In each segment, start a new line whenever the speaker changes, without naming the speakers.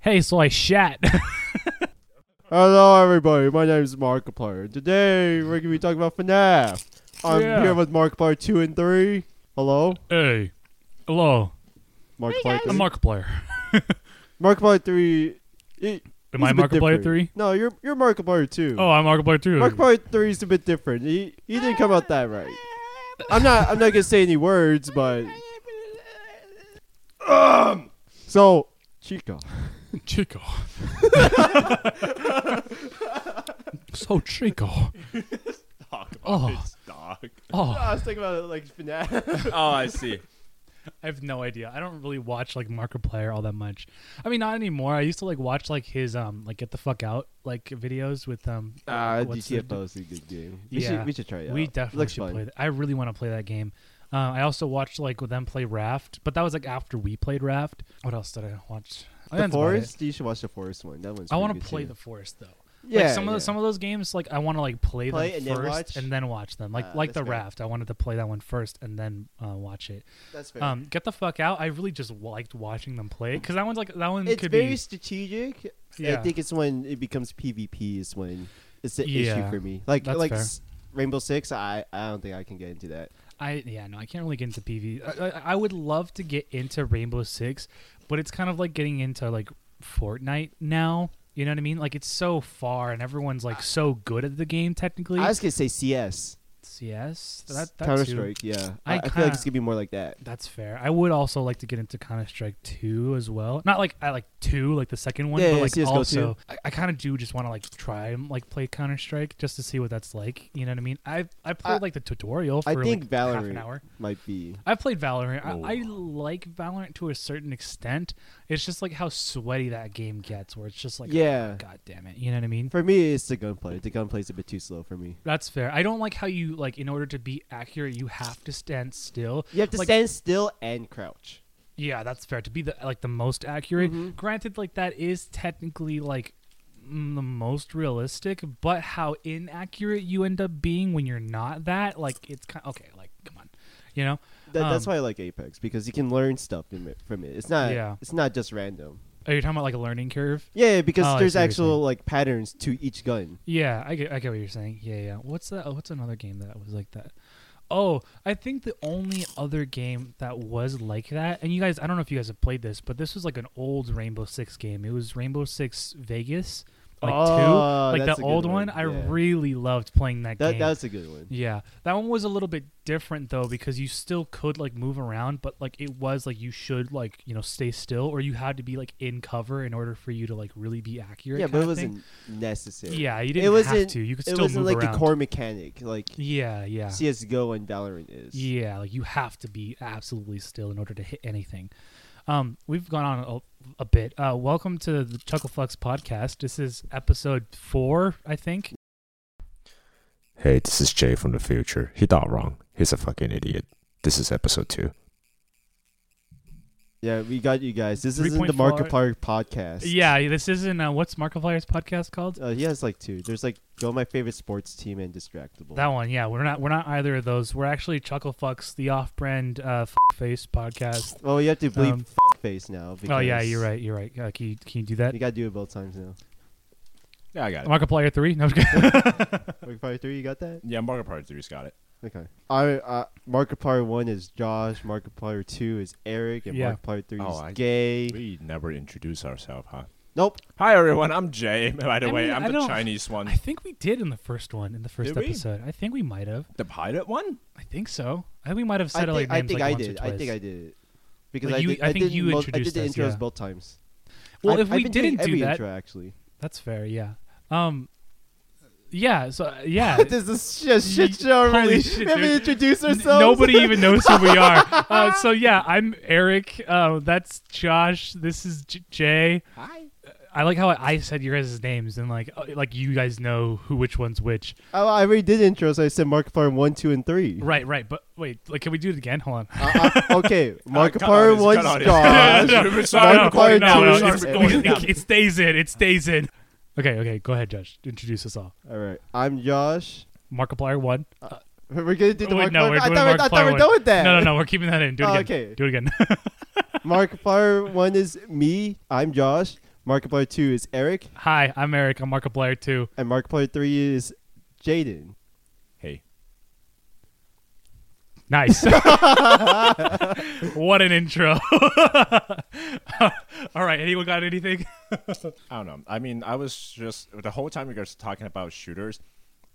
Hey, so I shat.
Hello, everybody. My name is Markiplier. Today, we're going to be talking about FNAF. I'm
Yeah.
here with Markiplier 2 and 3. Hello?
hey. Hello.
Markiplier 3.
Markiplier.
Markiplier 3. it-
Am
he's
I
a bit
Markiplier
different.
3?
No, you're you're Markiplier 2.
Oh, I'm Markiplier 2.
Markiplier 3 is a bit different. He, he didn't come out that right. I'm not I'm not going to say any words, but. Um, so, Chica.
Chico. so Chico.
Talk about
Oh.
it, Doc.
Oh.
I was thinking about it like FNAF.
Oh, I see.
I have no idea. I don't really watch like Markiplier all that much. I mean, not anymore. I used to like watch like his um like get the fuck out like videos with um
Ah,
what's the-
DTFO is a good game. We,
Yeah.
should, we should try it out.
We definitely
Looks
should
fun.
play that. I really want to play that game. Uh, I also watched like with them play Raft, but that was like after we played Raft. What else did I watch? I think that's
The
about it.
forest. You should watch the forest one. That one's.
I want
pretty
to
good
play
too.
the forest though.
Yeah.
like some of
yeah.
the, some of those games, like I want to like play,
Play
them
and then
first
watch?
and then watch them. Like
Ah,
like the
that's fair.
Raft, I wanted to play that one first and then uh, watch it.
That's fair.
Um, get the fuck out! I really just liked watching them play because that one's like that one
it's
could
very
be
strategic.
Yeah.
I think it's when it becomes PvP is when it's the
Yeah,
issue for me. Like
that's
like
fair.
s- Rainbow Six, I I don't think I can get into that.
I yeah no I can't really get into PV. I, I, I would love to get into Rainbow Six, but it's kind of like getting into like Fortnite now. You know what I mean? Like it's so far, and everyone's like so good at the game technically.
I was gonna say CS,
yes, that, that
Counter
too.
Strike. Yeah,
I
I, I feel
kinda-
like it's gonna be more like that.
That's fair. I would also like to get into Counter Strike Two as well. Not like I like two, like the second one,
Yeah,
but
yeah,
like
CS:GO
also I, I kind of do just want to like try and like play Counter Strike just to see what that's like. You know what I mean? I I played
I-
like the tutorial. For,
I think
like, half an
Valorant
hour.
might be.
I've played Valorant. I, I
Oh.
like Valorant to a certain extent. It's just like how sweaty that game gets, where it's just like,
Yeah.
God damn it. You know what I mean?
For me, it's the gunplay. The gunplay's a bit too slow for me.
That's fair. I don't like how you like in order to be accurate, you have to stand still.
You have to
Like-
stand still and crouch.
Yeah, that's fair. To be the like the most accurate.
Mhm.
Granted, like that is technically like mm, the most realistic, but how inaccurate you end up being when you're not that, like it's kind okay. Like come on, you know.
That, that's
Um,
why I like Apex because you can learn stuff from it. From it. It's not.
Yeah.
It's not just random.
Are you talking about like a learning curve?
Yeah, yeah, because
Oh, I
there's
see what you're
actual
saying.
like patterns to each gun.
Yeah, I get, I get what you're saying. Yeah, yeah. What's that? What's another game that was like that? Oh, I think the only other game that was like that, and you guys, I don't know if you guys have played this, but this was like an old Rainbow Six game. It was Rainbow Six Vegas, like
Oh,
two, like
that's
the
a good
old
one.
one. I
Yeah.
really loved playing that,
That
game.
that's a good one.
Yeah, that one was a little bit different though because you still could like move around, but like it was like you should like you know stay still or you had to be like in cover in order for you to like really be accurate.
Yeah,
kinda
but it
thing.
wasn't necessary.
Yeah, you
It
didn't have
wasn't-
to. You could
It
still
wasn't
move
like
around.
the core mechanic like
Yeah, yeah,
CS:GO and Valorant is.
yeah. Like you have to be absolutely still in order to hit anything. Um, we've gone on a, a bit. Uh, welcome to the Chuckleflux podcast. This is episode four, I think.
Hey, this is Jay from the future. He thought wrong. He's a fucking idiot. This is episode two.
Yeah, we got you guys. This isn't the
3.4
Markiplier podcast.
Yeah, this isn't uh, what's Markiplier's podcast called?
Uh, he has like two. There's like go my favorite sports team and distractable.
That one. Yeah, we're not we're not either of those. We're actually Chuckleflux, the off-brand uh, f- face podcast.
well, you have to bleep
Um,
f- face now. Because
Oh yeah, you're right. You're right. Uh, can you can you do that?
You gotta do it both times now.
Yeah, I got it.
Markiplier three? No, I'm just kidding.
Markiplier three, you got that?
yeah, Markiplier 3's got it.
Okay. I uh, Markiplier one is Josh. Markiplier two is Eric, and
Yeah.
Markiplier three
Oh,
is
I-
gay.
We never introduce ourselves, huh?
Nope.
Hi, everyone. I'm Jay. By the
I
way,
mean,
I'm
I
the
don't-
Chinese one.
I think we did in the first one, in the first
Did we?
episode. I think we might have.
the pilot one?
I think so. I think we might have
I
said
think,
like
I,
names
think
like
I
once or
did. I
twice.
think I did. Because
Like,
I,
you-
did,
I think
did
you
mo-
introduced
I did
us,
the intros
yeah.
both times.
Well,
I've-
if
I've
we
been doing
didn't do
every
that,
intro, actually.
that's fair. Yeah. Um. Yeah. So uh, yeah.
this is just shit show
Holy
already.
shit,
we haven't
dude.
introduced
N-
ourselves.
Nobody even knows who we are. Uh, so yeah, I'm Eric. Uh, that's Josh. This is J- Jay.
Hi.
I like how I, I said your guys' names and like uh, like you guys know who which one's which.
I, Oh, I already did intros. I said Markiplier one, two, and three.
Right. Right. But wait, like, can we do it again? Hold on.
Uh, uh, okay,
cut all
Markiplier
this,
one,
cut all this.
Josh.
No, no, no, sorry,
no,
Markiplier
no, no,
two,
it's-
is
recording.
Eric.
now.
it stays in. It stays in. Okay. Okay. Go ahead, Josh. Introduce us all.
All right, I'm Josh.
Markiplier one.
We're gonna do the
Wait,
Markiplier.
no, we're
I
doing
thought, we- I thought
Markiplier
we
one.
were done with that.
No, no, no. We're keeping that in. Do it
Oh,
again.
okay.
Do it again.
Markiplier one is me. I'm Josh. Markiplier 2 is Eric,
Hi, I'm Eric. I'm Markiplier too.
and Markiplier 3 is Jaden.
Hey,
Nice. what an intro. All right. Anyone got anything?
I don't know. I mean, I was just the whole time you guys were talking about shooters.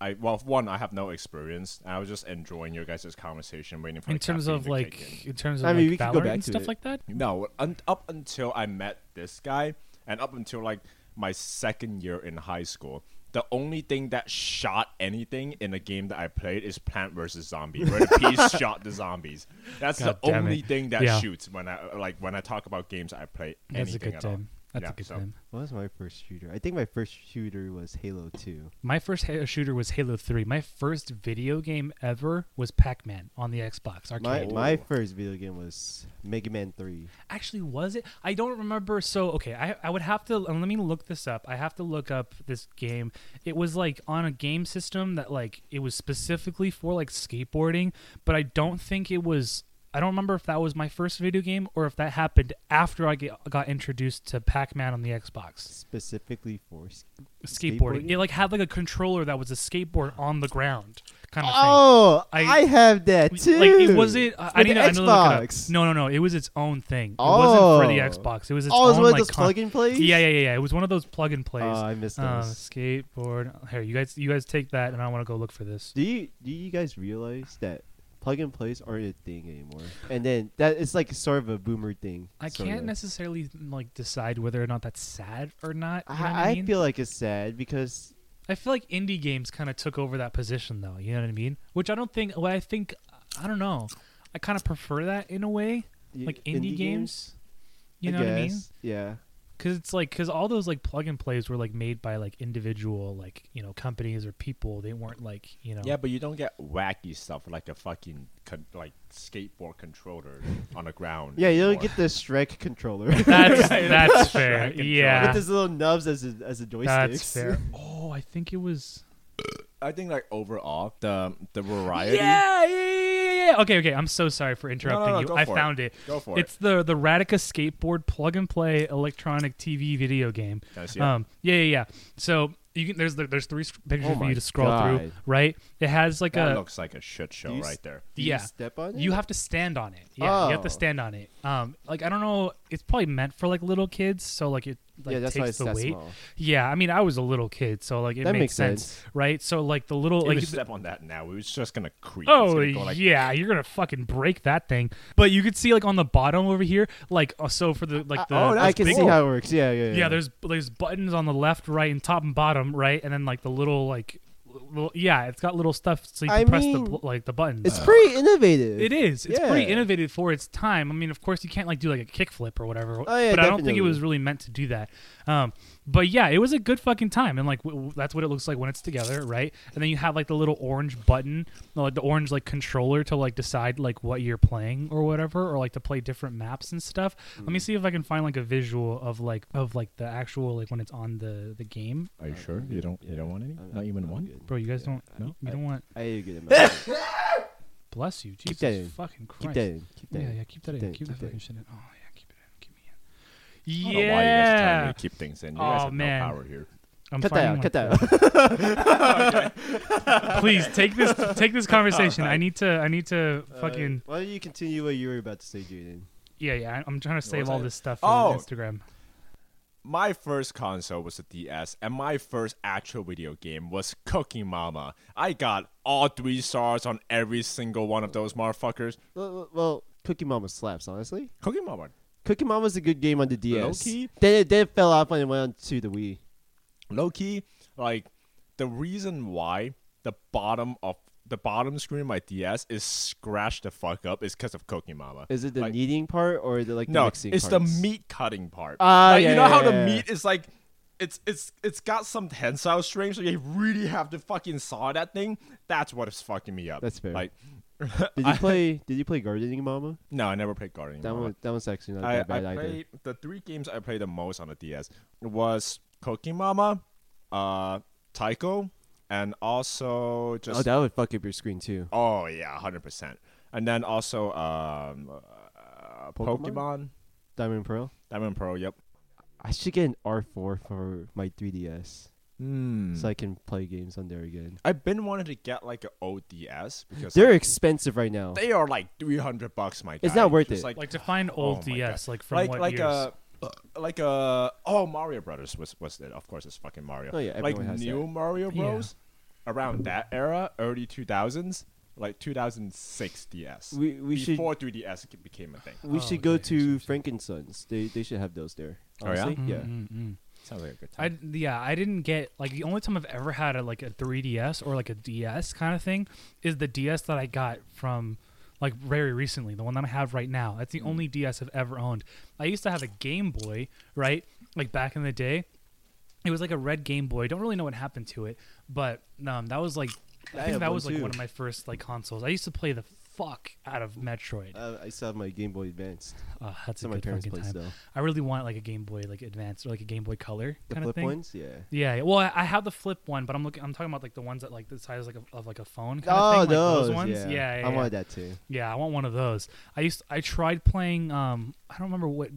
I well, one, I have no experience. and I was just enjoying your guys' conversation, waiting for
in
the
terms
caffeine
of
to
like,
kick in.
in terms of
I mean, we
like
could go
Valorant
back
and
to
stuff
it.
like that.
No, un- up until I met this guy, and up until like my second year in high school, the only thing that shot anything in a game that I played is Plant vs Zombie, where the piece shot the zombies. That's
God
the
damn
only
it.
thing that
Yeah.
shoots when I like when I talk about games I play.
That's a
anything
good
at all.
time. That's
Yeah,
a good
so-
time.
What was my first shooter? I think my first shooter was Halo 2.
My first ha- shooter was Halo 3. My first video game ever was Pac-Man on the Xbox
My,
arcade.
my first video game was Mega Man 3.
Actually, was it? I don't remember. So, okay, I, I would have to and let me look this up. I have to look up this game. It was like on a game system that like it was specifically for like skateboarding, but I don't think it was I don't remember if that was my first video game or if that happened after I get, got introduced to Pac-Man on the Xbox.
specifically for sk-
skateboarding.
Skateboarding?
It like had like a controller that was a skateboard on the ground kind of
Oh,
I-
I, have that
thing.
too.
Like it was it. I,
It's
I
with
didn't.
the
I didn't look it
Xbox.
up. No, no, no. It was its own thing. It wasn't for the
Oh.
Xbox. It was its
oh, it was
own
one
like
of those
con-
plug and plays.
Yeah, yeah, yeah, yeah. It was one of those plug and plays.
Oh, I missed those.
Uh, skateboard. Here, you guys, you guys take that, and I want to go look for this.
do you do you guys realize that plug and plays aren't a thing anymore? And then that it's like sort of a boomer thing.
I
sorta.
can't necessarily like decide whether or not that's sad or not. you know what
I, I
mean?
feel like it's sad because
I feel like indie games kind of took over that position, though. You know what I mean? Which I don't think. Well, I think I don't know. I kind of prefer that in a way.
y-
like indie, games. You know
I
what I mean?
guess. Yeah.
Because it's like because all those like plug and plays were like made by like individual like you know companies or people. They weren't like you know.
Yeah, but you don't get wacky stuff like a fucking con- like skateboard controller on the ground.
Yeah, you don't
anymore.
get the Shrek controller.
That's that's fair.
Track and
Yeah,
With his little nubs as a, as a joystick.
that's fair. Oh, I think it was.
I think like overall the the
Yeah,
variety.
yeah, yeah, yeah, yeah. Okay, okay. I'm so sorry for interrupting
no,
you.
go
I
for it.
found it.
Go for
It's the the Radica skateboard plug and play electronic TV video game.
it. Can I see it?
Um, yeah, yeah, yeah. So you can there's there's three sc- pictures
Oh
for you
my
to scroll through.
God.
Right? It has like
that
a
looks like a shit show
You s-
right there.
Do
yeah.
You step on it?
you have to stand on it. Yeah, you have to
Oh.
stand on it. Um, like I don't know, it's probably meant for like little kids, so like it like
yeah, that's why
takes
it's
the
that
weight.
small.
Yeah, I mean I was a little kid, so like it
That
made
makes
sense,
sense.
right? So like the little
Like,
like
if you step on that now, it's just gonna creep.
Oh
it's gonna go like,
yeah, you're gonna fucking break that thing. But you could see like on the bottom over here, like uh, so for the like the
oh, I
those
can
big-
see how it works. Yeah, yeah, yeah.
yeah, there's there's buttons on the left, right, and top and bottom, right, and then like the little like little, yeah, it's got little stuff so you can
I
press the
mean,
bl- like the buttons.
It's pretty innovative.
It is. It's pretty
Yeah.
innovative for its time. I mean, of course, you can't like do like a kickflip or whatever. but
Oh, yeah,
I don't think it
definitely.
was really meant to do that. Um, but yeah, it was a good fucking time, and like w- w- that's what it looks like when it's together, right? And then you have like the little orange button, no, like the orange like controller to like decide like what you're playing or whatever, or like to play different maps and stuff. Let
Mm.
me see if I can find like a visual of like of like the actual like when it's on the the game,
Are you sure you don't you don't want any?
I'm-
Not even
Uh, I'm
one.
good.
bro. You guys
Yeah,
don't.
no.
You don't want.
I ate a good amount.
Bless you, Jesus
that in.
fucking Christ.
keep that in. Keep that
Yeah,
in.
yeah, keep that
Keep
in.
that-
Keep that
keep that
fucking
in.
shit in. Oh yeah, keep it in. Keep me
I
in.
don't know why you guys are telling
Yeah.
me to keep things in. You
Oh,
guys have
man.
no power here.
I'm
Cut that
finding
out. Cut
one.
that out.
Please take this take this conversation. I need to I need to
Uh,
Uh, fucking
why don't you continue what you were about to say, Jaden?
yeah yeah. I- I'm trying to save
was
all
I-
this stuff
Oh.
on Instagram.
My first console was the DS, and my first actual video game was Cooking Mama. I got all three stars on every single one of those motherfuckers.
Well, well, well, Cookie Mama slaps, honestly.
Cooking Mama.
Cookie Mama was a good game on the DS.
Low-key?
Then it, then it fell off when it went on to the Wii.
low key, like the reason why the bottom of the bottom screen of my DS is scratched the fuck up is because of Cooking Mama.
Is it the
Like-
kneading part or the like the
no, it's
mixing
the
parts?
meat cutting part.
Ah,
like, you
yeah,
know
yeah,
how the
yeah, yeah.
meat is like, it's it's it's got some tensile strength, so you really have to fucking saw that thing. That's what is fucking me up.
That's fair.
Like,
Did you play? Did you play Gardening Mama?
no, I never played Guardian.
That
Mama.
one. That one's actually not
I,
that bad
I
either.
played the three games I played the most on the DS was Cooking Mama, uh, Taiko, and also just
Oh, that would fuck up your screen too.
Oh yeah, hundred percent. And then also um, uh,
Pokemon?
Pokemon
Diamond and Pearl.
Diamond Pearl. Yep.
I should get an R4 for my 3DS
Hmm.
so I can play games on there again.
I've been wanting to get like an ODS because
They're
like,
expensive right now.
they are like three hundred bucks, my guy.
It's not worth
Just
it.
Like to find old
my God.
DS, like from
like
what
like uh,
years?
a like a oh Mario Brothers was was it? Of course, it's fucking Mario.
Oh, yeah,
like
everyone has
new
that.
Mario
Yeah.
Bros. Around that era, early two thousands, like two thousand six DS.
We we should
before three DS became a thing.
we
Oh,
should go
okay, I see what
to
you're
Frankenstein's. They they should have those there.
Oh, yeah?
honestly. Yeah.
Mm, mm, mm.
Sounds like a good
I yeah, I didn't get like the only time I've ever had a like a 3DS or like a DS kind of thing is the DS that I got from like very recently, the one that I have right now. That's the
Mm.
only DS I've ever owned. I used to have a Game Boy, right? Like back in the day. It was like a red Game Boy. Don't really know what happened to it, but um that was like
I
I think
have
that
one
was like
too.
one of my first like consoles. I used to play the fuck out of Metroid.
Uh, I still have my Game Boy Advance.
Uh, that's
It's
a
at my
good
parents'
fucking
place
time.
though.
I really want like a Game Boy like Advance or like a Game Boy Color
The
kind of
flip
thing.
ones, yeah.
Yeah, yeah. well, I- I have the flip one, but I'm looking. I'm talking about like the ones that like the size like of, of like a phone. Kind
oh,
of thing, like
those,
those ones.
Yeah,
yeah, yeah,
I
yeah.
wanted that too.
Yeah, I want one of those. I used. I tried playing. Um, I don't remember what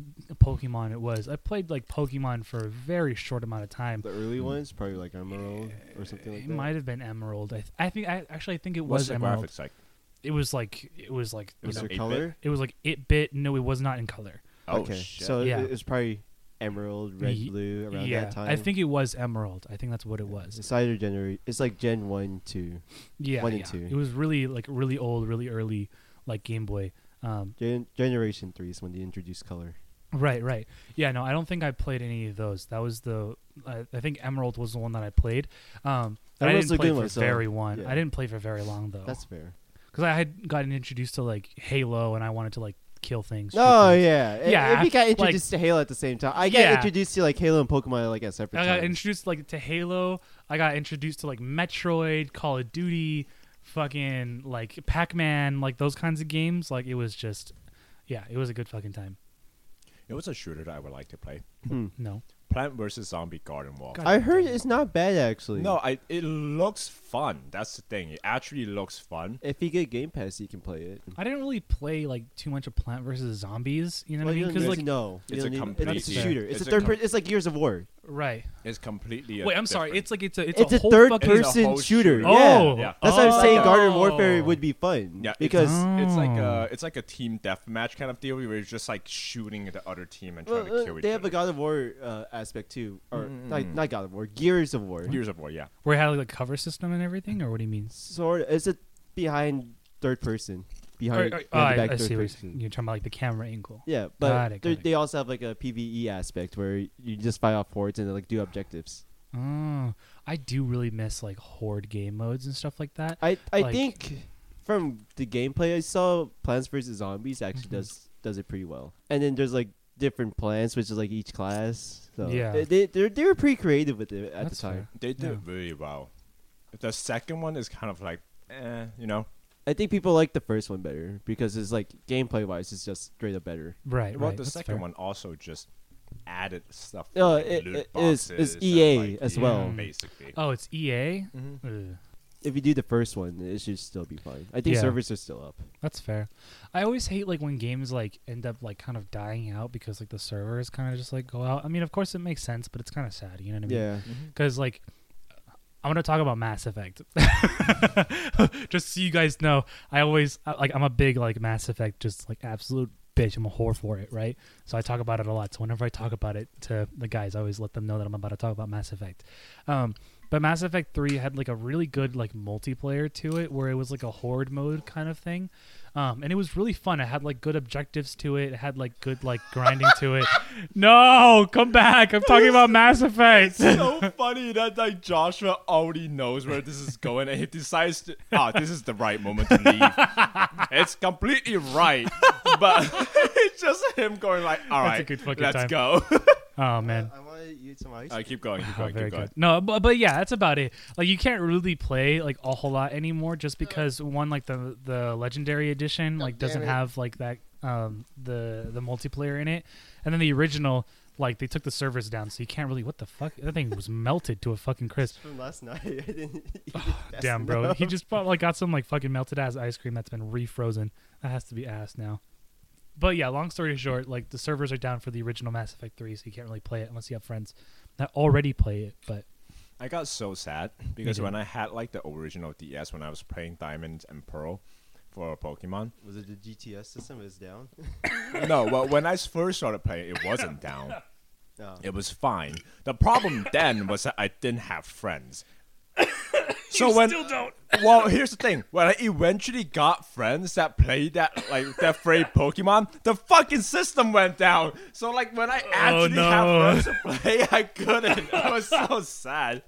Pokemon it was. I played like Pokemon for a very short amount of time.
The early ones, probably like Emerald or something like
Mm. Eh, It
that.
might have been Emerald. I, th- I think. I actually I think it
What's
was
the
Emerald.
graphics like?
It was like. It was like.
It was
was
you know,
there
an 8-bit?
color?
it was like it bit. No, it was not in color.
Oh
okay,
shit!
so
Yeah.
it, it's probably Emerald, Red,
Ye-
Blue around
yeah,
that time.
I think it was Emerald. I think that's what it was.
it's either generation. It's like Gen One, Two.
Yeah,
one and
yeah.
two.
It was really like really old, really early, like Game Boy. Um,
Gen- generation Three is when they introduced color.
Right, right. Yeah, no, I don't think I played any of those. That was the I I think Emerald was the one that I played. Um, but I
Emerald's
didn't
a
play
good
for
one, so,
very one.
yeah.
I didn't play for very long though,
That's fair.
because I had gotten introduced to like Halo and I wanted to like kill things. shoot
Oh
things.
yeah, I-
Yeah,
If you got
like-
introduced to Halo at the same time, I got
Yeah.
introduced to like Halo and Pokemon like at separate
I got
times.
introduced like to Halo. I got introduced to like Metroid, Call of Duty, fucking like Pac-Man, like those kinds of games. Like it was just, yeah, it was a good fucking time.
It was a shooter that I would like to play.
No,
Plant vs Zombie Garden Wall.
God
I heard it's not bad actually.
No, I. It looks fun. That's the thing. It actually looks fun.
if you get Game Pass, you can play it.
I didn't really play like too much of Plant vs Zombies. You know
Well,
what I mean?
you don't
Because
need
like
to know. You
It's
don't
a
need-
complete-
It's a
Yeah.
shooter. It's,
It's
a
a
third.
com-
per- it's like Years of War.
right.
It's completely. a
Wait, I'm sorry.
different-
It's like it's a it's,
It's, a,
whole
third
fucking.
It's a
person
whole
shooter.
shooter.
Yeah.
Oh,
Yeah.
That's what I'm saying. Garden
Oh.
Warfare would be fun.
Yeah, it's-
because
it's like
Oh.
Mm.
a it's like a team deathmatch kind of deal where you're just like shooting at the other team and
well,
trying to kill
uh,
each
they have a
other.
God of War uh, aspect too, or
Mm.
not, not God of War, Gears of War.
Years of War, yeah.
Where it had like a cover system and everything, or what do you mean?
Sort. It's a behind third person,
Or-
behind,
or-
behind
oh, I,
the back
I
third
see. What you're,
person.
saying. You're talking about like the camera angle.
Yeah,
Got
but
it,
they're-
got it.
they also have like a PVE aspect where you just fight off hordes and like do objectives.
Oh, I do really miss like horde game modes and stuff like that.
I I
Like-
think from the gameplay I saw, Plants vs Zombies actually
Mm-hmm.
does does it pretty well. And then there's like different plans, which is like each class. So
Yeah.
they they they're, they were pretty creative with it at
That's
the time.
fair.
They did
Yeah.
really well. The second one is kind of like, eh, you know.
I think people like the first one better because it's like gameplay wise, it's just straight up better.
Right.
Well,
right,
the
that's
second
fair.
one also just added stuff.
Uh,
like
it-
loot
it is- it's
boxes and,
EA
like, Mm-hmm.
as
yeah,
well.
basically.
Oh, it's EA.
Mhm.
Ugh,
If you do the first one, it should still be fine. I think
Yeah.
servers are still up.
that's fair. I always hate like when games like end up like kind of dying out because like the servers kind of just like go out. I mean, of course it makes sense, but it's kind of sad. You know what I mean?
Yeah.
because like I'm gonna talk about Mass Effect. just so you guys know, I always I- like I'm a big like Mass Effect, just like absolute bitch. I'm a whore for it, right? So I talk about it a lot. So whenever I talk about it to the guys, I always let them know that I'm about to talk about Mass Effect. Um, but Mass Effect Three had like a really good like multiplayer to it, where it was like a horde mode kind of thing, um, and it was really fun. It had like good objectives to it. It had like good like grinding to it. No, come back! I'm talking about Mass Effect.
so funny that like Joshua already knows where this is going, and he decides to. Ah, this is the right moment to leave. it's completely right, but it's just him going like, "All
That's a
right,
good fucking
let's
time.
go."
Oh man.
I want to eat some ice.
I keep going, keep
Oh,
going,
very
keep going.
good. No, but, but yeah, that's about it. Like you can't really play like a whole lot anymore, just because one like the the legendary edition like doesn't have like that um the the multiplayer in it, and then the original like they took the servers down, so you can't really. What the fuck? That thing was melted to a fucking crisp.
From last night, I didn't eat it
Ah, Damn,
fast
bro.
enough.
He just probably got some like fucking melted ass ice cream that's been refrozen. That has to be ass now. But yeah, long story short, like the servers are down for the original Mass Effect 3, so you can't really play it unless you have friends that already play it. But
I got so sad because
too.
when I had like the original DS when I was playing Diamond and Pearl for Pokemon.
Was it the GTS system is down?
no, well, when I s- first started playing, it wasn't down.
No.
It was fine. The problem then was that I didn't have friends. so when still don't. well, here's the thing: when I eventually got friends that played that like that frayed Pokemon, the fucking system went down. So like when I actually
no.
had friends to play, I couldn't. I was so sad.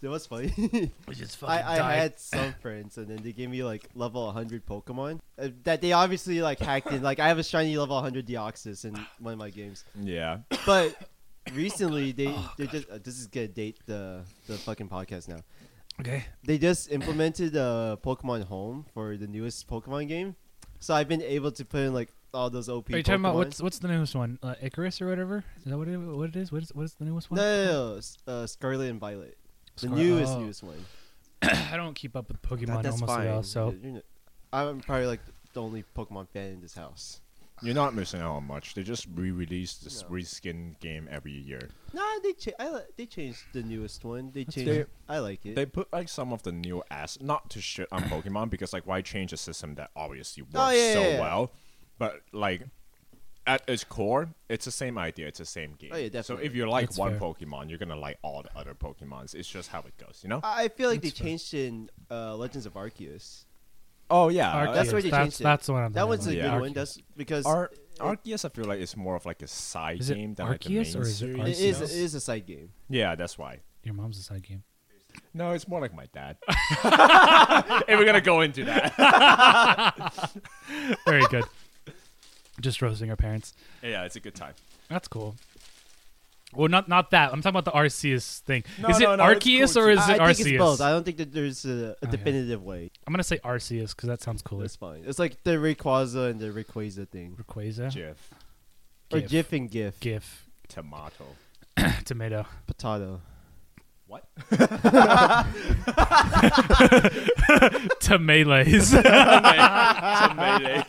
That was funny.
which is fucking
I, I had some friends, and then they gave me like level 100 Pokemon uh, that they obviously like hacked in. Like I have a shiny level 100 Deoxys in one of my games,
Yeah.
but recently they
Oh,
they just uh, this is gonna date the the fucking podcast now.
Okay.
They just implemented uh, Pokemon Home for the newest Pokemon game, so I've been able to put in like all those OP.
Are you talking about
Pokemon.
what's what's the newest one? Uh, Icarus or whatever? Is that what it, what it is? What is what is the newest one?
No, no, no, no, s- uh, Scarlet and Violet, the
Scar-
newest
oh.
newest one.
I don't keep up with
That-
Pokemon
that's
almost
fine.
at all. So
You're not- I'm probably like the only Pokemon fan in this house.
You're not missing out on much. They just re-release this
No.
reskin game every year.
Nah, they cha- I li- they changed the newest one. They changed.
fair.
I like it.
They put like some of the new ass not to shit on Pokemon because like why change a system that obviously works
Oh, yeah,
so
yeah, yeah.
well, but like at its core, it's the same idea. It's the same game.
Oh, yeah,
So
definitely.
if you like
That's
one
fair.
Pokemon, you're gonna like all the other Pokemons. It's just how it goes, you know?
I I feel like
That's
they
fair.
changed in uh, Legends of Arceus.
oh yeah,
Arceus,
that's where they
that's,
changed it.
that's the one I'm
That
thinking
one's a
about.
good
Yeah.
one. That's because
Ar- Arceus, I feel like it's more of like a side
Is it
game than like the main
Arceus or is it
it
series.
is
Arceus?
it is a side game.
Yeah, that's why.
Your mom's a side game.
No, it's more like my dad. if we're gonna go into that,
Very good. Just roasting our parents.
yeah, it's a good time.
That's cool. Well, not not that. I'm talking about the Arceus thing.
No,
is it
no, no, it's
Arceus
cool
or is
too.
I,
it Arceus?
I
Oh,
think it's both. I don't think that there's a, a
Okay.
definitive way.
I'm gonna say Arceus because that sounds cooler.
That's fine. It's like the Rayquaza and the Rayquaza thing,
Rayquaza,
Jiff,
or
Gif.
GIF and GIF.
GIF,
tomato.
tomato.
Potato.
What?
Tomatoes.
tomato.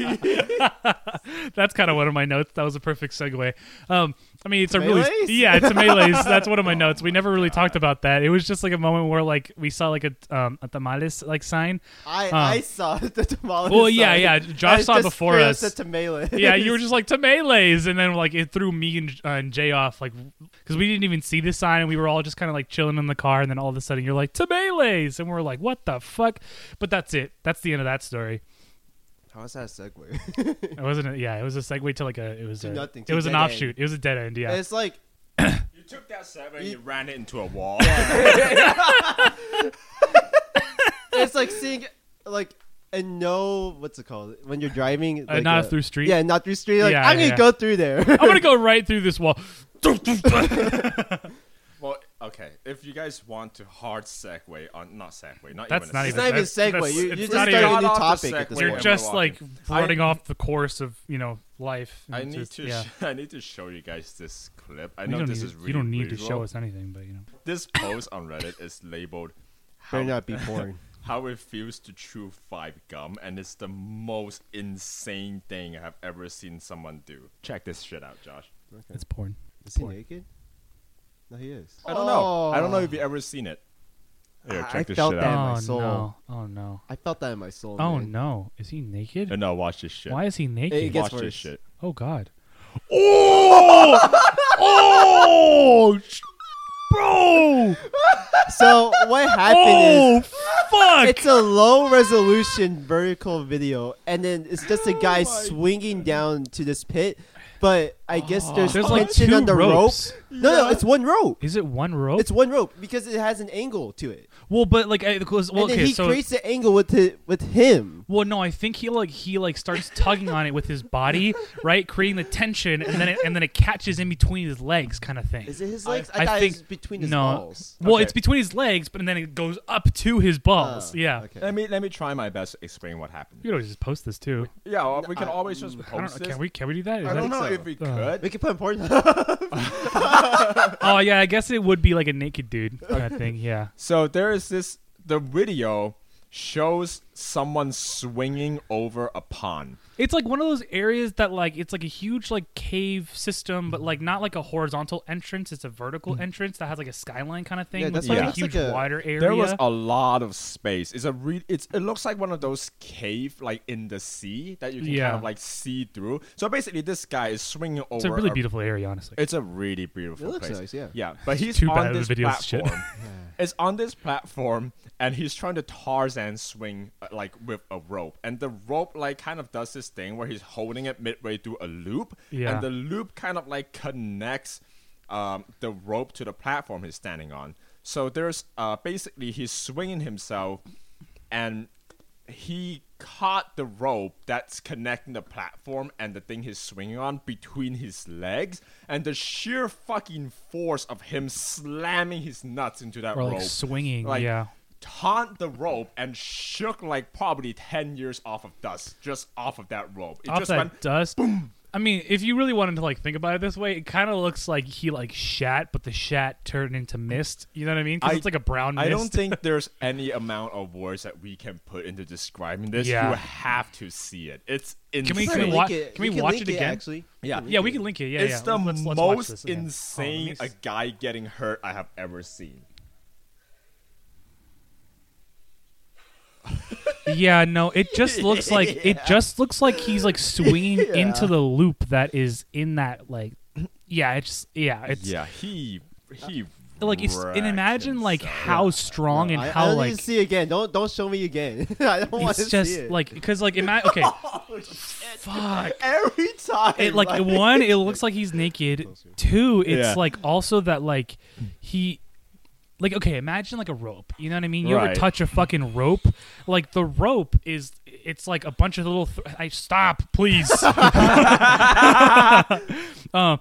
That's kind of one of my notes. That was a perfect segue. Um, I mean, it's a
Tomatoes?
really yeah, it's tomatoes. That's one of my notes. We
Oh my
never really
God.
talked about that. It was just like a moment where like we saw like a um a tamales like sign.
I
Huh.
I saw the tamales.
Well, yeah,
sign.
yeah,
I
Josh saw
just
before
straight up
us.
said tamales.
Yeah, you were just like tamales, and then like it threw me and, uh, and Jay off like because we didn't even see this sign, and we were all just kind of like chilling in the car, and then all of a sudden you're like tamales, and we're like what the fuck? But that's it. That's the end of that story.
How is that a segue?
It wasn't. A, yeah, it was a segue to like a. It was
To
a,
nothing,
It
to
was an
dead end.
offshoot. It was a dead end. Yeah.
It's like
You took that seven and
You-
you ran it into a wall.
it's like seeing like and no what's it called when you're driving
Uh,
like,
not through street?
yeah not through street like
Yeah,
i'm gonna
yeah.
go through there
I'm gonna go right through this wall.
well, okay. If you guys want to hard segue on not segue, not
That's
even.
not
a
even-
it's
That's-
not even a
segue.
that's-
segue you,
it's
you just
not
started
even-
a new
Got off
topic
the
at this
segue.
You're
point
I'm
just like
walking. I-
running off the course of you know life.
I
into-
need to.
Yeah.
Sh- I need to show you guys this clip. I
You
know
don't
this
need,
is
to-
really
you don't need to
visual.
show us anything, but you know.
This post on Reddit is labeled how,
better not be porn
how it feels to chew five gum, and it's the most insane thing I have ever seen someone do. Check this shit out, Josh.
It's porn.
is he
porn.
naked Oh. no he is
I don't know. I don't know if you ever seen it. Here,
I-
check
I
this
felt
shit
that.
out.
my
oh
soul.
no! Oh no!
i felt that in my soul
Oh
man.
no! Is he naked?
Uh, No, watch this shit.
Why is he naked?
It gets
watch
worse.
this shit.
oh god!
Oh! oh! sh- Bro!
so what happened
Oh
is
fuck!
it's a low resolution vertical video and then it's just a guy swinging down to this pit but i guess there's,
There's like
tension
two
on the
ropes.
rope no no it's one rope
Is it one rope?
It's one rope because it has an angle to it,
well, but like, I, because, well,
and then
okay,
he
so
creates the angle with hi- with him.
Well, no, I think he like he like starts tugging on it with his body, right, creating the tension, and then it, and then it catches in between his legs, kind of thing.
Is it his legs? I,
I
thought
think-
it was between his
no.
balls.
Well,
Okay.
it's between his legs, but then it goes up to his balls.
Oh,
yeah,
Okay.
Let me let me try my best to explain what happened.
you could always just post this too.
Yeah, well, we can
I-
always just
I don't,
post this.
can we can we do that? Is
I don't
that-
know
so.
if we
Uh,
could.
We could put him porn.
Oh yeah, I guess it would be like a naked dude kind of thing. Yeah.
So there is this. The video shows someone swinging over a pond.
It's like one of those areas that like it's like a huge like cave system, but like not like a horizontal entrance. It's a vertical entrance that has like a skyline kind of thing.
Yeah,
with,
that's
like, a
why it
looks
huge
like a-
wider area.
There was a lot of space. It's a re- it's it looks like one of those cave like in the sea that you can
Yeah.
kind of like see through. So basically, this guy is swinging over.
it's a really beautiful area, honestly.
It's a really beautiful
It looks
place.
nice, yeah.
Yeah, but he's
too
on
bad the
this
video's shit.
platform. it's on this platform, and he's trying to Tarzan swing uh, like with a rope, and the rope like kind of does this thing where he's holding it midway through a loop,
Yeah.
and the loop kind of like connects um, the rope to the platform he's standing on. So there's uh, basically he's swinging himself, and he caught the rope that's connecting the platform and the thing he's swinging on between his legs, and the sheer fucking force of him slamming his nuts into that
or like
rope,
swinging,
like
yeah.
taunt the rope and shook like probably ten years off of dust just off of that rope. It
Off
just
that
went
dust. I mean, if you really wanted to like think about it this way, it kind of looks like he like shat, but the shat turned into mist. You know what I mean? 'Cause
I-
it's like a brown mist.
I don't think there's any amount of words that we can put into describing this.
Yeah.
You have to see it. It's insane.
we- can
Link
wa-
it.
can we watch
link
it again?
Actually,
Yeah.
yeah, we can link it. Yeah,
it's
yeah.
the
let's, let's watch this
most
again.
insane
Oh,
a
let me s-
guy getting hurt I have ever seen.
yeah, no, it just looks like it just looks like he's like swinging into the loop that is in that like. Yeah, it's just, yeah, it's
yeah, he he
like it's and
wrecked
imagine like
himself.
how strong and
I,
how
I don't
like
need to see it again. Don't don't show me again. I don't want to
it's
see
just
it. Oh,
like because like imagine okay, fuck.
every time.
It, like one, it looks like he's naked. Two, it's
Yeah.
like also that like he, like okay, imagine like a rope. You know what I mean? You ever
Right.
touch a fucking rope? Like the rope is, it's like a bunch of little. Th- I stop, please. uh,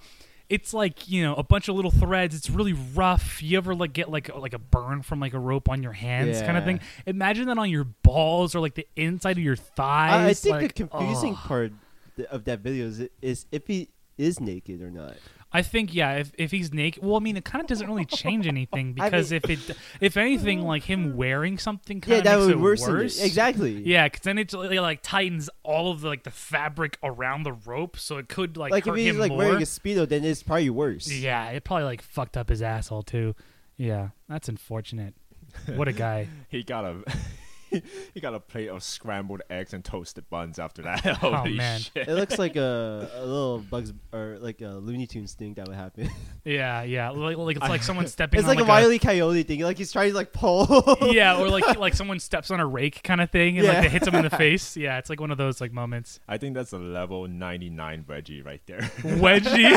it's like you know a bunch of little threads. It's really rough. You ever like get like a- like a burn from like a rope on your hands kind of
Yeah.
thing? Imagine that on your balls or like the inside of your thighs.
I, I think
like,
the confusing
ugh.
part th- of that video is, is if he is naked or not.
I think yeah, if, if he's naked, well, I mean, it kind of doesn't really change anything
I
because
mean-
if it, if anything, like him wearing something, kind
Yeah,
of
that
makes
would
it
worsen it.
worse.
Exactly.
Yeah, because then it like, like tightens all of the like the fabric around the rope, so it could like,
Like,
hurt
if he's
him
like
more.
wearing a speedo, then it's probably worse.
yeah, it probably like fucked up his asshole too. Yeah, that's unfortunate. What a guy.
he got a he got a plate of scrambled eggs and toasted buns after that. Holy
Oh, man.
shit.
It looks like a, a little Bugs or like a Looney Tunes thing that would happen.
Yeah, yeah. Like, like it's like someone stepping.
it's
on,
like, a Wiley Coyote thing. Like he's trying to like pull.
Yeah, or like like someone steps on a rake kind of thing, and
Yeah.
like it hits him in the face. Yeah, it's like one of those like moments.
I think that's a level 99 veggie right there.
Wedgie.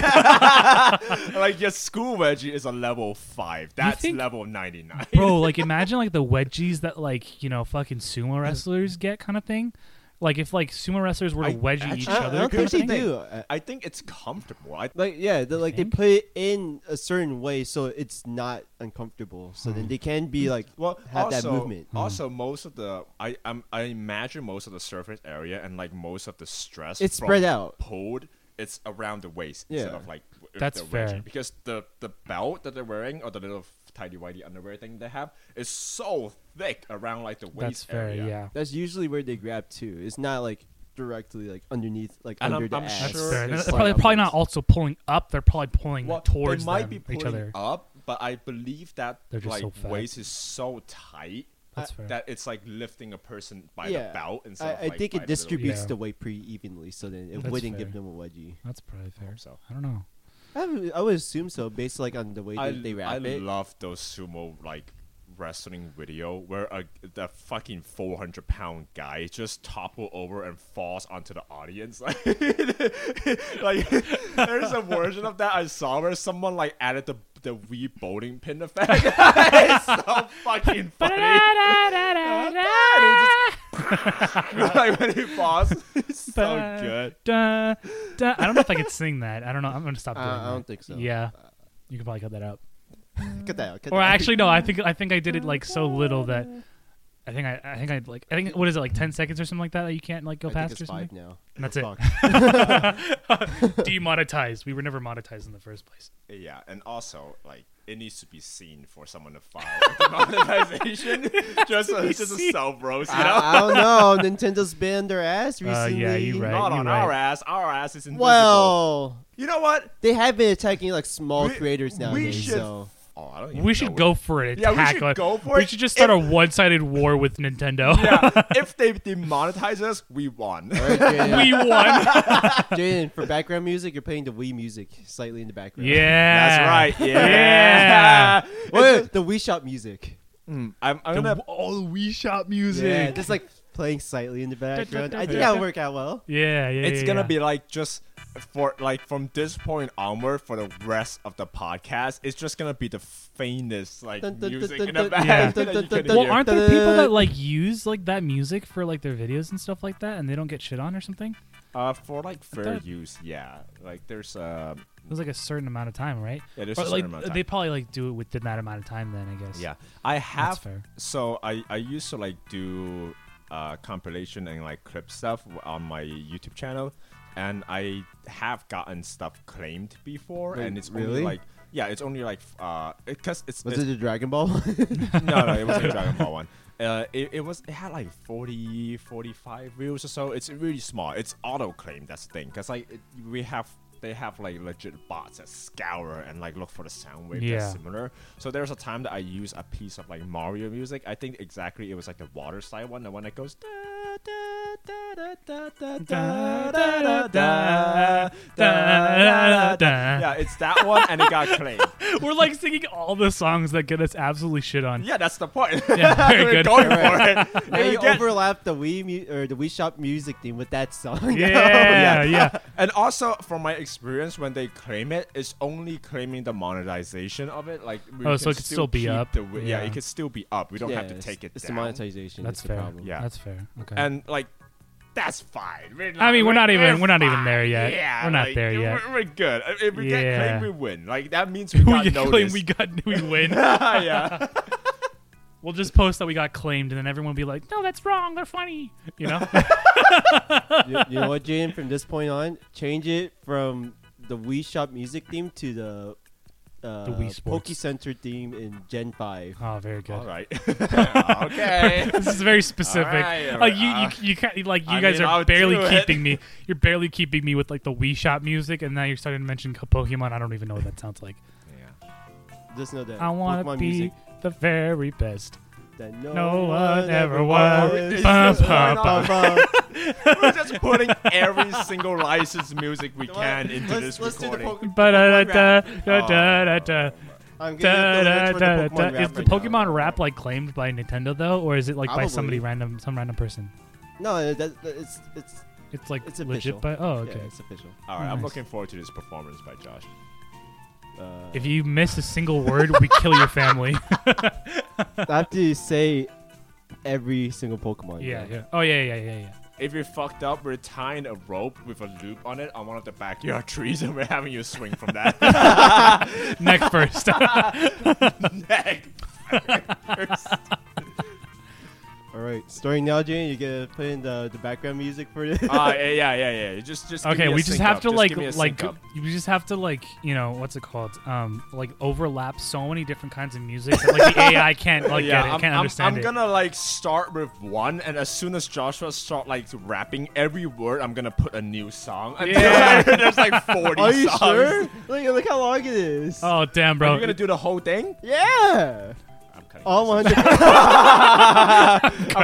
like your school veggie is a level 5. That's
think-
level 99.
bro like imagine like the wedgies that like you know fucking sumo wrestlers get kind of thing like if like sumo wrestlers were to
I-
wedgie each
actually-
I, I
other
don't
kind
think
of
they
thing.
do. Uh,
I think it's comfortable. I
Like yeah, they like they
think?
put it in a certain way so it's not uncomfortable. So
Hmm.
then they can be like
well,
have
also,
that movement. Hmm.
Also, most of the I I'm, I imagine most of the surface area and like most of the stress
It's
from
spread out.
pulled. It's around the waist instead
Yeah.
of like w- with
That's
the wedgie.
fair.
because the the belt that they're wearing or the little tidy whitey underwear thing they have is so thick around like the
that's
waist
fair
area.
yeah
That's usually where they grab too. It's not like directly like underneath like
And I'm-
under the
I'm
ass.
that's
Sure,
fair. They're
it's
probably,
like-
probably not also pulling up they're probably pulling
Well,
towards
they might
them,
be
each
pulling
other
up, but I believe that
They're just
like
so fat.
waist is so tight
That's
uh,
fair.
that it's like lifting a person by
Yeah.
the belt instead
I,
of
I
like,
think
by
it
the little-
distributes
Yeah.
the weight pretty evenly, so then it
That's
wouldn't give
fair.
them a wedgie.
that's probably fair
so.
i don't know
I, would- I would assume so, based like on the way
I,
that they wrap
I
it.
love those sumo like wrestling video where a the fucking 400 pound guy just topple over and falls onto the audience like, like there's a version of that i saw where someone like added the the wee bowling pin effect it's so fucking funny like when he falls it's so good
Da, da. i don't know if i could sing that i don't know i'm gonna stop
Uh,
doing
I
that.
don't think so.
yeah you can probably cut that out
Cut that out. cut
or
that out.
actually no i think i think i did it like so little that I think I, I think I like I think what is it like ten seconds or something like that that you can't like go
I think
past
it's
or something.
five now.
And that's it.
Fuck.
Demonetized. We were never monetized in the first place.
Yeah, and also like it needs to be seen for someone to file a monetization. just a, just a self roast, you know.
I, I don't know. Nintendo's banned their ass recently.
Uh, yeah, you right.
Not
you
on
right.
our ass. Our ass is invisible.
Well,
you know what?
they have been attacking like small
We-
creators
we
nowadays.
should-
So
Oh, I don't even
We
know
should
what-
go for an
Yeah,
attack.
we should
on-
go for
we
it.
should just start
If-
a one-sided war with Nintendo.
yeah, if they demonetize us, we won.
All right, Jaden.
we won.
Jaden, for background music, you're playing the Wii music slightly in the background.
yeah.
That's right. Yeah.
Yeah.
Wait, the Wii Shop music.
Mm, I'm, I'm
The,
gonna.
all the Wii Shop
Yeah,
music.
just like playing slightly in the background. I think
Yeah.
that'll work out well.
Yeah, yeah, yeah.
It's gonna
yeah.
be like just for like from this point onward for the rest of the podcast, it's just gonna be the faintest like
Dun, dun,
music
dun,
in the
dun,
back.
dun,
that you
dun,
can
dun,
Well,
hear.
aren't there
Da-da.
people that like use like that music for like their videos and stuff like that, and they don't get shit on or something?
Uh, for like fair
thought-
use, yeah. Like there's uh,
It was like a certain amount of time, right?
Yeah, there's
Or,
a certain
like,
amount of
They
time.
probably like do it within that amount of time. Then I guess.
yeah. I have
fair.
so I I used to like do uh compilation and like clip stuff w- on my YouTube channel, and I have gotten stuff claimed before,
Wait,
and it's
really?
only like yeah, it's only like f- uh, because it's,
Was
it's
it the Dragon Ball?
no, no, it was a Dragon Ball one. Uh, it, it was it had like 40 45 views or so it's really small it's auto claim that's the thing because like it, we have they have like legit bots that scour and like look for the sound wave
Yeah.
that's similar so there was a time that i used a piece of like mario music i think exactly it was like the water side one the one that goes da, da, da, da, da, da, da, da, da, da, da, da. yeah it's that one and it got claimed
We're like singing all the songs that get us absolutely shit on.
yeah that's the point
Yeah, very
We're
good.
going for it
now you
Again,
overlap the Wii mu- or the Wii Shop music theme with that song.
yeah, yeah.
And also, from my experience, when they claim it, it's only claiming the monetization of it. Like, we
Oh,
can
so it could still be
keep
up.
The, wi- yeah.
Yeah.
it could still be up. We don't have to
it's-
take it
It's the
down.
monetization.
That's
it's
fair.
The problem.
Yeah.
That's fair. Okay.
And like, that's fine. We're
I mean, we're not even-
we're
we're not even
fine.
there yet.
Yeah,
We're not
like,
there yet.
We're, we're good. If- If we get
Yeah.
claimed, we win. Like that means we got
we get claimed
noticed.
we got we win.
yeah.
we'll just post that we got claimed, and then everyone will be like, "No, that's wrong. They're funny." You know?
you, you know what, Jaden? From this point on, change it from the Wii Shop music theme to the uh,
The Wii Sports.
Poke Center theme in Gen Five.
oh, very good.
All right. okay.
This is very specific.
Alright,
like you, you,
uh,
you can't, like you
I
guys
mean,
are
I'll
barely
do it.
keeping me. You're barely keeping me with like the Wii Shop music, and now you're starting to mention Pokemon. I don't even know what that sounds like.
Yeah.
Just know that
I want to
Pokemon
be
music
the very best.
that no,
No one ever
was.
was.
Bum,
bum,
Bum, bum.
We're just putting every single licensed music we can into
Let's-
this
let's do the
recording.
Pokemon
Ba-da-da-da,
rap.
Oh,
da-da-da-da,
I'm gonna go
da-da-da-da.
with Pokemon rap
Is the
right now.
Pokemon rap like claimed by Nintendo though, or is it like by somebody
Probably.
random, some random person?
No, that, that, it's it's
It's like
It's official.
legit by. Oh,
yeah,
okay.
it's official.
All right, I'm
Nice.
looking forward to this performance by Josh.
Uh,
If you miss a single word, we kill your family.
I have to say every single Pokemon.
yeah,
now.
yeah. Oh yeah, yeah, yeah, yeah.
If you fucked up, we're tying a rope with a loop on it on one of the backyard trees, and we're having you swing from that
Neck first.
neck.
All right, starting now, Jane. You gonna put in the, the background music for this?
Uh, yeah, yeah, yeah, yeah. Just, just. give
okay
me a
we just
sync
have
up.
to
Just
like
give me a
like
sync up.
we just have to like you know what's it called um like overlap so many different kinds of music that like the ai can't like
yeah,
get it
I'm,
can't
I'm,
understand
I'm
it
gonna like start with one, and as soon as Joshua start like rapping every word, I'm gonna put a new song. until
Yeah.
there's like 40
Are you
songs.
sure? Look, look how long it is.
oh damn
Are
bro
you gonna do the whole thing?
yeah,
I'm cutting.
all
this.
100.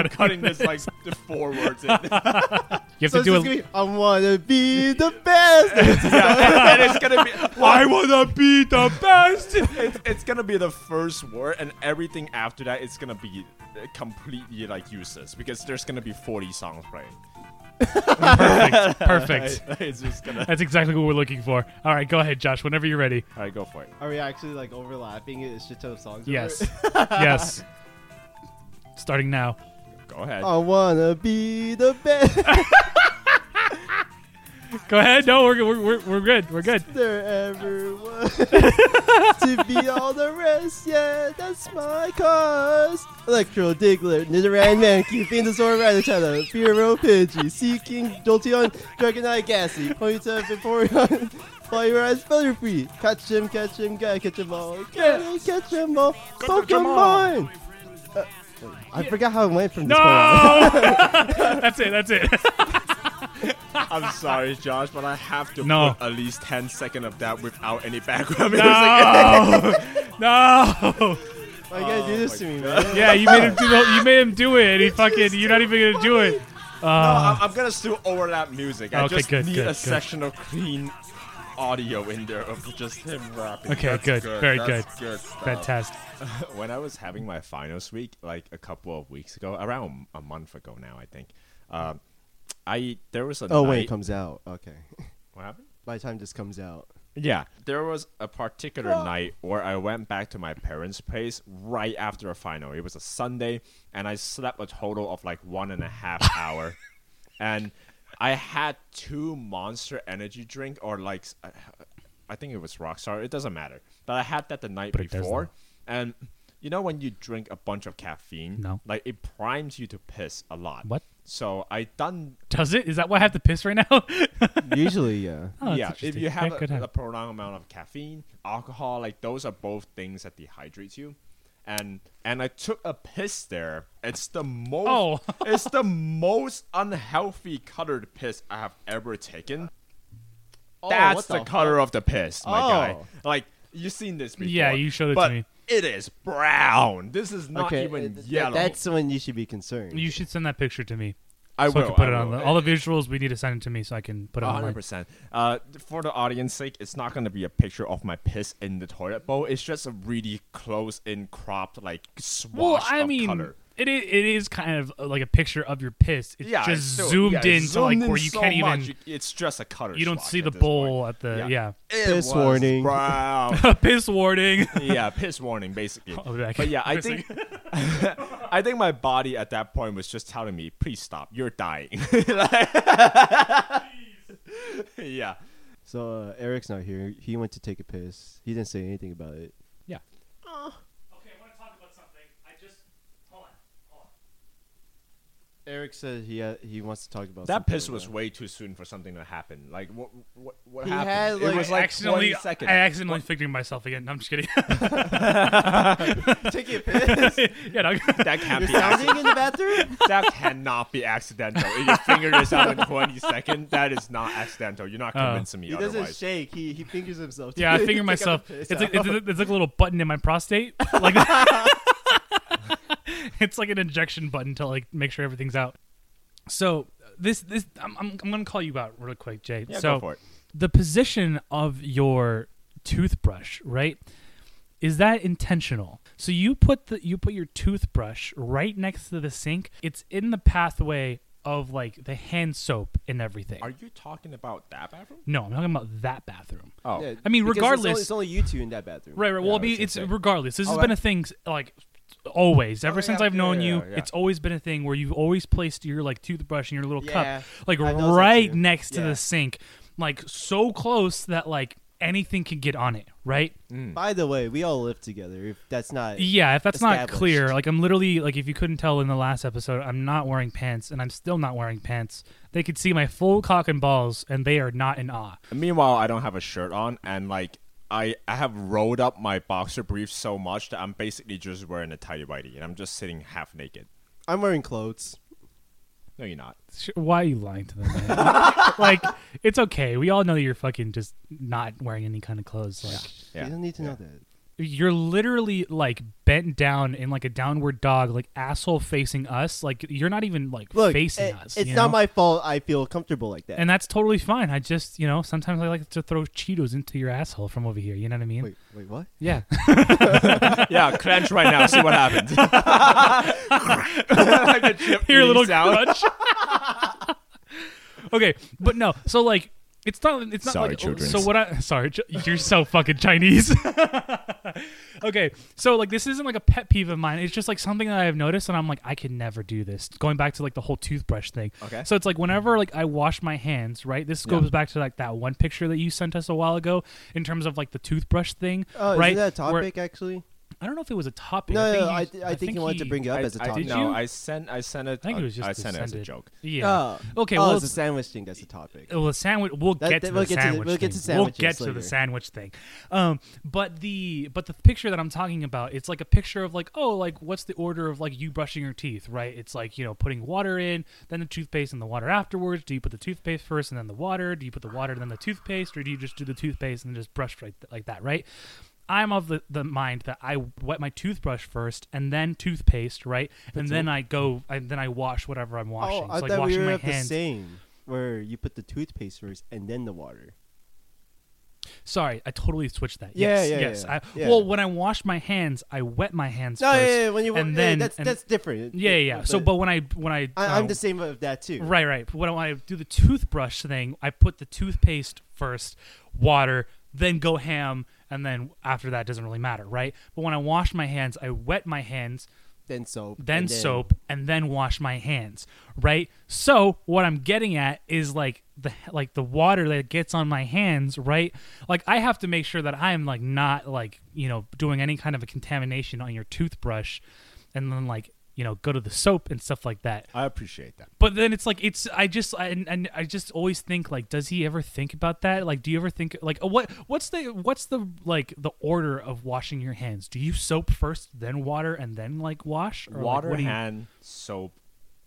I'm cutting this like the four words in.
you have
so
to
it's
do
just
it
gonna be, I wanna be the best.
yeah, and it's gonna be I wanna be the best. It's, it's gonna be the first word, and everything after that it's gonna be uh, completely like useless because there's gonna be 40 songs playing.
perfect perfect
it's just gonna.
that's exactly what we're looking for all right go ahead josh whenever you're ready
All right, go for it.
Are we actually like overlapping it? It's shit ton of songs.
yes yes starting now
Oh, Go ahead.
I wanna be the best.
Go ahead. No, we're, we're, we're, we're good. We're good.
There ever was to be all the rest, yeah, that's my cause. Electro Diggler, Nidoran Mankey, Venusaur Rattata, Firo Pidgey, Sea King Jolteon, Dragonite Gassy, Ponyta Vaporeon, Flyrise Butterfree, catch him, catch him, gotta catch him all, gotta catch him all,
catch 'em all.
Pokemon! Uh, I forgot how it went from
No.
this point on.
Oh! that's it. That's it.
I'm sorry, Josh, but I have to
No.
put at least 10 seconds of that without any background music.
No. Oh! no.
Why you gotta do this to me, man?
Yeah, you made him do the. You made him do it, and he fucking. You're not even gonna do it.
Oh, I'm, I'm gonna still overlap music. I
Okay,
just
good,
need
good,
a
good.
section of clean audio in there of just him rapping.
Okay,
That's
good, very
That's
good.
good stuff.
Fantastic.
when I was having my finals week, like a couple of weeks ago, around a month ago now, I think. Um, I there was a
Oh, wait,
night-
it comes out. Okay.
what happened?
By the time this comes out.
Yeah, there was a particular night where I went back to my parents' place right after a final. It was a Sunday, and I slept a total of like one and a half hour, and I had two Monster Energy drink or like s- uh, I think it was Rockstar. It doesn't matter, but I had that the night
But it does
before, and you know when you drink a bunch of caffeine,
No.
like it primes you to piss a lot.
What?
So I done
Does it? Is that why I have to piss right now? oh,
Usually, yeah.
that's
yeah, if
interesting.
you have
Okay, good
a,
time.
a prolonged amount of caffeine, alcohol, like those are both things that dehydrates you. And and I took a piss there. It's the most
Oh.
it's the most unhealthy colored piss I have ever taken. That's the, color of the piss, my guy.
Oh.
Like you've seen this before.
Yeah, you showed it to
but
me.
It is brown. This is not
okay, uh,
even
th-
yellow.
that's when you should be concerned.
you should send that picture to me.
I
so
will
I can put
I
it on
will.
the, all the visuals. We need to send it to me so I can put it on.
hundred
online.
percent. Uh, for the audience' sake, it's not gonna be a picture of my piss in the toilet bowl. It's just a really close-in cropped, like swash
Well, I
of
mean,
color.
it is, it is kind of uh, like a picture of your piss. It's
Yeah,
just
it's still-
zoomed
yeah, it's
in to
zoomed
like
in
where you
so
can't
much,
even.
you- It's just a color.
You don't
swatch
see
at
the
this
bowl
point.
at the yeah.
It
Piss
was
warning.
brown.
piss warning. Oh,
yeah, piss warning, basically.
I'll be back.
But yeah, I
Piss
think I think my body at that point was just telling me, "Please stop. You're dying." Like- yeah.
so uh, Eric's not here. He went to take a piss. He didn't say anything about it.
Yeah.
Okay, I want to talk about something. I just hold on, hold
Eric said he had, he wants to talk about
That
something
piss
right
was
now.
way too soon for something to happen. Like what? What, what
He
happened?
had,
it
like-
was
I
like
accidentally,
twenty seconds.
I accidentally figured myself again. No, I'm just kidding.
Take a piss.
yeah, no.
that can't
You're
be. Accident.
sounding in the bathroom.
That cannot be accidental. If you finger this out in twenty seconds, that is not accidental. You're not
Oh.
convincing me
He doesn't
otherwise.
shake. He he fingers himself.
yeah, I
He
figured
took
myself.
the piss
It's like
out.
it's, it's like a little button in my prostate. Like that. it's like an injection button to like make sure everything's out. So this this I'm I'm, I'm gonna call you out real quick, Jay.
yeah,
so
go for it.
the position of your toothbrush, right? Is that intentional? So you put the you put your toothbrush right next to the sink. It's in the pathway of like the hand soap and everything.
Are you talking about that bathroom?
no, I'm talking about that bathroom.
Oh,
Yeah,
I mean,
because it's
regardless-
only- it's only, you two in that bathroom.
Right, right. Well,
Yeah,
I mean,
it's
it's
insane.
regardless. This has
Oh,
been
I- Oh,
a thing s- like always. Ever
yeah,
since I've
yeah,
known
yeah,
you,
yeah.
it's always been a thing where you've always placed your like toothbrush in your little
Yeah,
cup, like
I noticed that
right
too.
next to
Yeah.
the sink, like so close that like anything could get on it. Right.
Mm.
By the way, we all live together. If that's not
Yeah, if that's not
established.
clear, like I'm literally like if you couldn't tell in the last episode, I'm not wearing pants and I'm still not wearing pants. They could see my full cock and balls and they are not in awe.
Meanwhile, I don't have a shirt on, and like I, I have rolled up my boxer briefs so much that I'm basically just wearing a tidy whitey, and I'm just sitting half naked.
I'm wearing clothes.
No, you're not.
Sh- Why are you lying to them? Man? like it's okay. We all know that you're fucking just not wearing any kind of clothes. Like
Yeah.
You don't need to know that.
you're literally like bent down in like a downward dog, like asshole facing us. Like you're not even like
Look,
facing
it-
us.
it's
you
not
know?
my fault. I feel comfortable like that.
And that's totally fine. I just, you know, sometimes I like to throw Cheetos into your asshole from over here. You know what I mean?
wait, wait, what?
Yeah.
yeah, clench right now. See what happens. like a chip
Hear a little
sound.
crunch. okay, but no. So like It's not. It's not
Sorry,
like. oh,
children.
So what? I sorry. Ch- You're so fucking Chinese. okay, so like this isn't like a pet peeve of mine. It's just like something that I've noticed, and I'm like, I could never do this. Going back to like the whole toothbrush thing.
Okay.
So it's like whenever like I wash my hands, right? This goes back to like that one picture that you sent us a while ago in terms of like the toothbrush thing,
Oh,
right?
isn't that a
Where-
topic actually?
I don't know if it was a topic.
No,
I
no,
think
no,
you-
I, th- I, think you wanted to
he-
bring it up
I,
as a
I
topic.
did
no,
you?
I sent I sent it.
I think it was just
I sent it as a
descended.
joke.
Yeah.
Oh.
Okay,
Oh,
well,
it's a
it's-
sandwich thing. That's a topic.
Well, the sandwich. We'll
That-
get
that-
to
we'll
the
get to the-
sandwich.
we'll get to
thing. We'll
sandwiches
get to
later.
the sandwich thing. Um, but the but the picture that I'm talking about, it's like a picture of like oh like what's the order of like you brushing your teeth, right? It's like you know putting water in, then the toothpaste and the water afterwards. Do you put the toothpaste first and then the water? Do you put the water and then the toothpaste, or do you just do the toothpaste and just brush right like that, right? I'm of the, the mind that I wet my toothbrush first and then toothpaste, right? and then I go and then I wash whatever I'm washing.
Oh,
it's
I
like
thought we
washing
were
my
at the
hands.
same where you put the toothpaste first and then the water.
Sorry, I totally switched that.
Yeah,
yes,
yeah,
yes.
yeah,
I,
yeah.
Well, when I wash my hands, I wet my hands
No,
first.
yeah, yeah, when you
and
yeah,
then
that's
and-
that's different.
yeah, yeah. yeah. So, but when I when I,
I, I'm
uh,
the same of that too.
right, right. When I, when I do the toothbrush thing, I put the toothpaste first, water, then go ham, and then after that doesn't really matter, right? But when I wash my hands, I wet my hands,
Then soap.
then,
and
soap, and then wash my hands, right? So what I'm getting at is like the like the water that gets on my hands, right? Like I have to make sure that I'm like not like you know doing any kind of a contamination on your toothbrush, and then like you know go to the soap and stuff like that.
I appreciate that.
But then it's like it's I just I, and, and I just always think like does he ever think about that? Like do you ever think like what what's the what's the like the order of washing your hands? Do you soap first, then water, and then like wash? Or, like,
Water,
what do you-
hand, soap,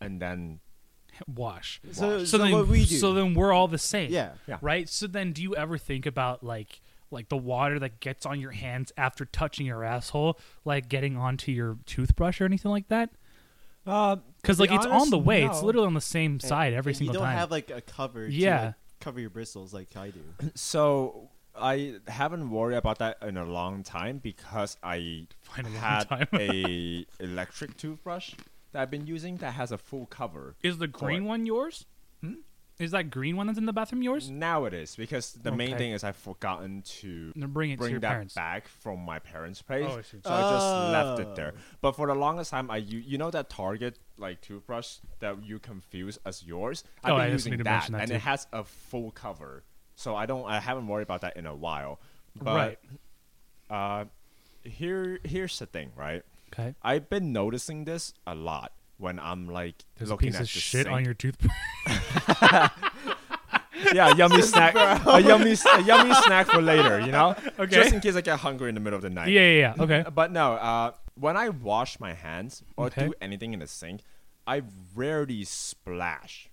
and then
wash.
So,
So,
so
then
what we do?
so then we're all the same.
Yeah.
Yeah.
Right? So then do you ever think about like like the water that gets on your hands after touching your asshole, like getting onto your toothbrush or anything like that?
Uh,
Because like it's on the way, it's literally on the same side every
And
single
you don't
time.
have like a cover. To,
Yeah.
like, cover your bristles like I do.
So I haven't worried about that in a long time because I
Fine, a long
had
time.
a electric toothbrush that I've been using that has a full cover.
Is the green
Correct.
one yours? Hmm? Is that green one that's in the bathroom yours?
Now it is because the main
Okay.
thing is I've forgotten to
Then bring it to
bring
your
that
parents.
back from my parents' place,
Oh, I see.
so I just left it there.
Oh.
But for the longest time, I u- you know that Target like toothbrush that you confuse as yours. I've
Oh,
been
I just
using
need to
that,
mention that
and
too.
it has a full cover, so I don't I haven't worried about that in a while. But
Right.
uh, here here's the thing, right?
Okay.
I've been noticing this a lot when I'm like
There's a
looking
piece
at
of
the
shit
sink.
on your toothbrush.
yeah, yummy snack, a yummy, s- a yummy snack for later, you know,
Okay.
just in case I get hungry in the middle of the night.
yeah, yeah, yeah. Okay.
But no, uh, when I wash my hands or
Okay.
do anything in the sink, I rarely splash.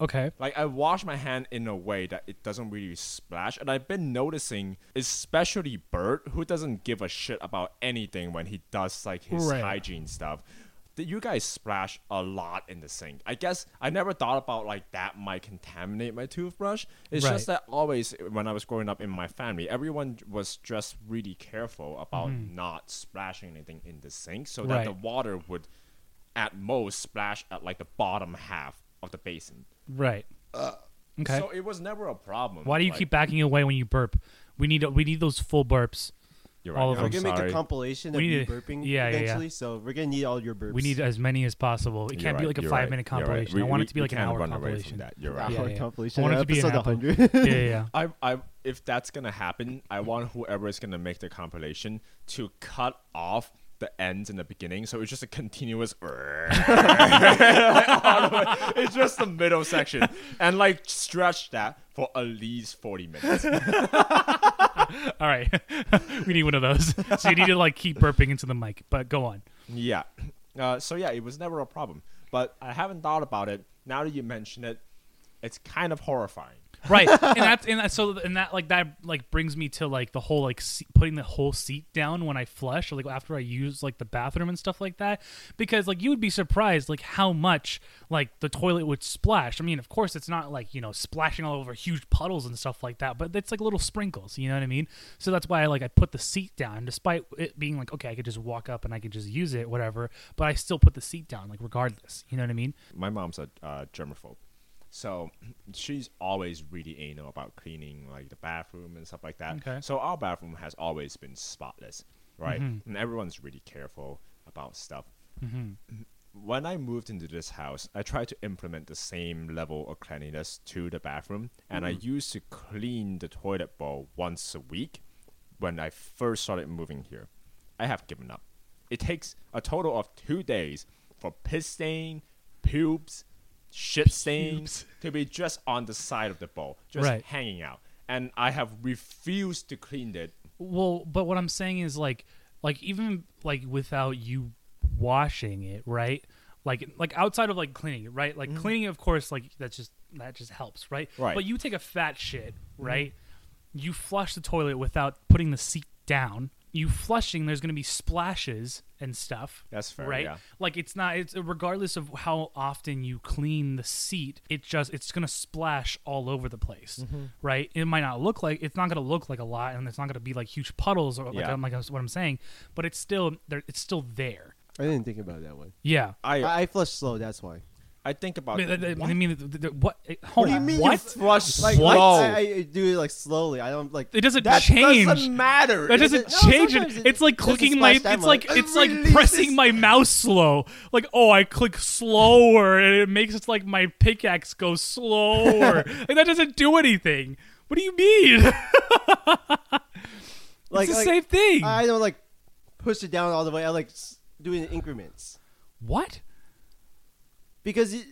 Okay.
Like I wash my hand in a way that it doesn't really splash, and I've been noticing, especially Bert, who doesn't give a shit about anything when he does like his
Right.
hygiene stuff. That you guys splash a lot in the sink. I guess I never thought about like that might contaminate my toothbrush. It's just
Right.
that always when I was growing up in my family, everyone was just really careful about not splashing anything in the sink, so that the
Mm-hmm. Right.
water would, at most, splash at like the bottom half of the basin.
Right. okay.
So it was never a problem.
Why do you
like-
keep backing away when you burp? We need we need those full burps.
You're
all of them.
yeah.
We're
I'm
gonna make
sorry.
a compilation of
We
you
need to-
burping
yeah, yeah, yeah.
eventually, so we're gonna need all your burps.
We need as many as possible. It
You're
can't
right,
be like a
you're
five
right,
minute
you're right.
compilation.
We-
I want
we-
it to be
we
like an
can't
hour
run away from
compilation.
that. You're
An
right.
Yeah,
hour
yeah.
compilation,
I want it to be an
episode
apple.
100.
yeah, yeah, yeah.
I, I, if that's gonna happen, I want whoever is gonna make the compilation to cut off the ends in the beginning, so it's just a continuous. all the way. It's just the middle section, and like stretch that for at least forty minutes.
All right, we need one of those. So you need to like keep burping into the mic. But go on.
Yeah. Uh, so yeah, it was never a problem, but I haven't thought about it. Now that you mention it, it's kind of horrifying.
Right, and that's and that, so and that like that like brings me to like the whole like se- putting the whole seat down when I flush or like after I use like the bathroom and stuff like that because like you would be surprised like how much like the toilet would splash. I mean, of course it's not like you know splashing all over huge puddles and stuff like that, but it's like little sprinkles. You know what I mean? So that's why I like I put the seat down despite it being like okay I could just walk up and I could just use it whatever, but I still put the seat down like regardless. You know what I mean?
my mom's a uh, germaphobe, So she's always really anal about cleaning like the bathroom and stuff like that.
Okay.
So our bathroom has always been spotless, right?
Mhm.
And everyone's really careful about stuff.
Mhm.
When I moved into this house, I tried to implement the same level of cleanliness to the bathroom, and
Mm-hmm.
I used to clean the toilet bowl once a week when I first started moving here. I have given up. It takes a total of two days for piss stain, pubes, shit stains to be just on the side of the bowl, just
Right.
hanging out. And I have refused to clean it.
Well, but what I'm saying is like like even like without you washing it, right? Like like outside of like cleaning it, right? Like cleaning it, of course, like that's just that just helps, right?
Mm-hmm. Right. Mm-hmm.
But you take a fat shit, right? You flush the toilet without putting the seat down. You flushing, there's gonna be splashes and stuff.
That's fair,
right?
yeah.
Like it's not. It's regardless of how often you clean the seat, it just it's gonna splash all over the place, right? It might not look like it's not gonna look like a lot, and it's not gonna be like huge puddles or like,
Yeah.
I'm, like that's what I'm saying, but it's still there. It's still there.
I didn't think about that one.
Yeah.
I
I, I flush slow. That's why.
I
I
think about
mean,
it.
I- I mean, the- the- the- what? eh, Hold on,
you
what?
flush
Like
slow?
I, I do it like slowly. I don't like.
it doesn't
that
change.
doesn't matter.
that
It-
doesn't
no,
change
sometimes
it.
it-
It's like
it doesn't
clicking my.
splash that
It's like
much.
it's like
releases-
pressing my mouse slow. Like oh, I click slower, and it makes it like my pickaxe go slower. like that doesn't do anything. What do you mean?
like,
it's the
like,
same thing.
I don't like push it down all the way. I like s- do it in increments
what?
because it,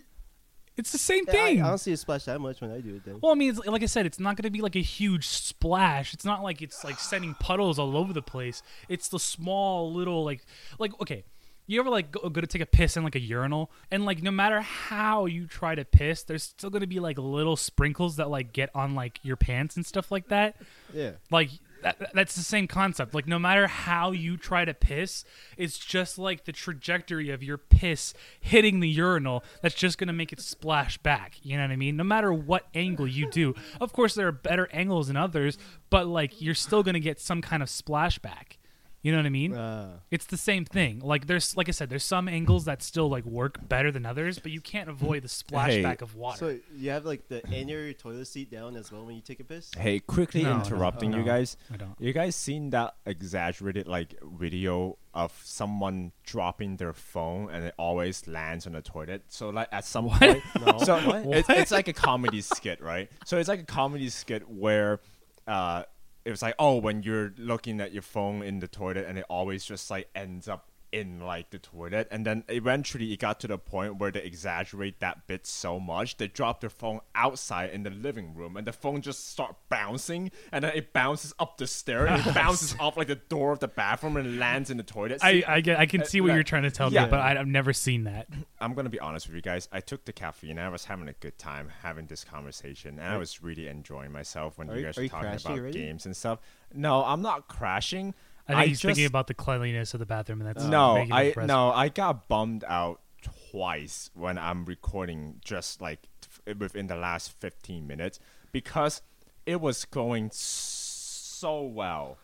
It's the same
I, I
thing.
don't see it splash that much when I do it. Then
well, I mean, it's, like I said, it's not going to be like a huge splash. It's not like it's like sending puddles all over the place. It's the small little like like okay. You ever like go, go to take a piss in like a urinal and like no matter how you try to piss, there's still going to be like little sprinkles that like get on like your pants and stuff like that.
yeah,
Like that, that's the same concept. Like no matter how you try to piss, it's just like the trajectory of your piss hitting the urinal that's just going to make it splash back. You know what I mean? No matter what angle you do. Of course there are better angles than others, but like you're still going to get some kind of splashback. You know what I mean?
uh,
It's the same thing. Like there's like I said, there's some angles that still like work better than others, but you can't avoid the splashback of water.
so you have like the end of your toilet seat down as well when you take a piss.
Hey, quickly
No, no,
interrupting
no,
you guys.
I don't.
You guys seen that exaggerated like video of someone dropping their phone and it always lands on the toilet? So like at some point, so it- it's like a comedy skit, right? So it's like a comedy skit where uh, it was like, oh, when you're looking at your phone in the toilet and it always just like ends up in like the toilet and then eventually it got to the point where they exaggerate that bit so much they drop their phone outside in the living room and the phone just start bouncing and then it bounces up the stair and it bounces off like the door of the bathroom and lands in the toilet
I,
seat.
I get I can see what
like-
you're trying to tell
yeah.
me, but I, I've never seen that.
I'm gonna be honest with you guys. I took the caffeine. I was having a good time having this conversation, and I was really enjoying myself when
Are
you
you-
guys
are
were
you
talking
crashing
about
already?
games and stuff. No, I'm not crashing.
I think he's
just,
thinking about the cleanliness of the bathroom, and that's
no.
making him
I
depressed.
no. I got bummed out twice when I'm recording, just like f- within the last 15 minutes, because it was going so well.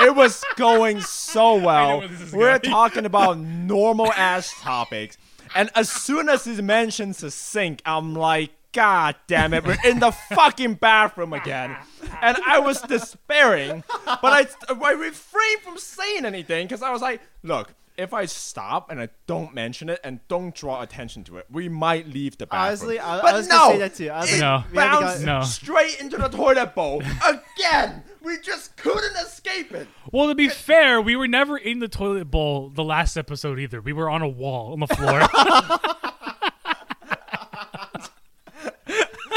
it was going so well.
where this is
We're
going.
talking about normal ass topics. And as soon as he mentions the sink, I'm like, God damn it, we're in the fucking bathroom again. And I was despairing, but I, I refrained from saying anything because I was like, look, if I stop and I don't mention it and don't draw attention to it, we might leave the bathroom.
Honestly, I,
but
I was
no,
gonna say that too. I was like,
No.
we haven't
bounced
No.
straight into the toilet bowl again. We just couldn't escape it.
Well, to be fair, we were never in the toilet bowl the last episode either. We were on a wall on the floor.
got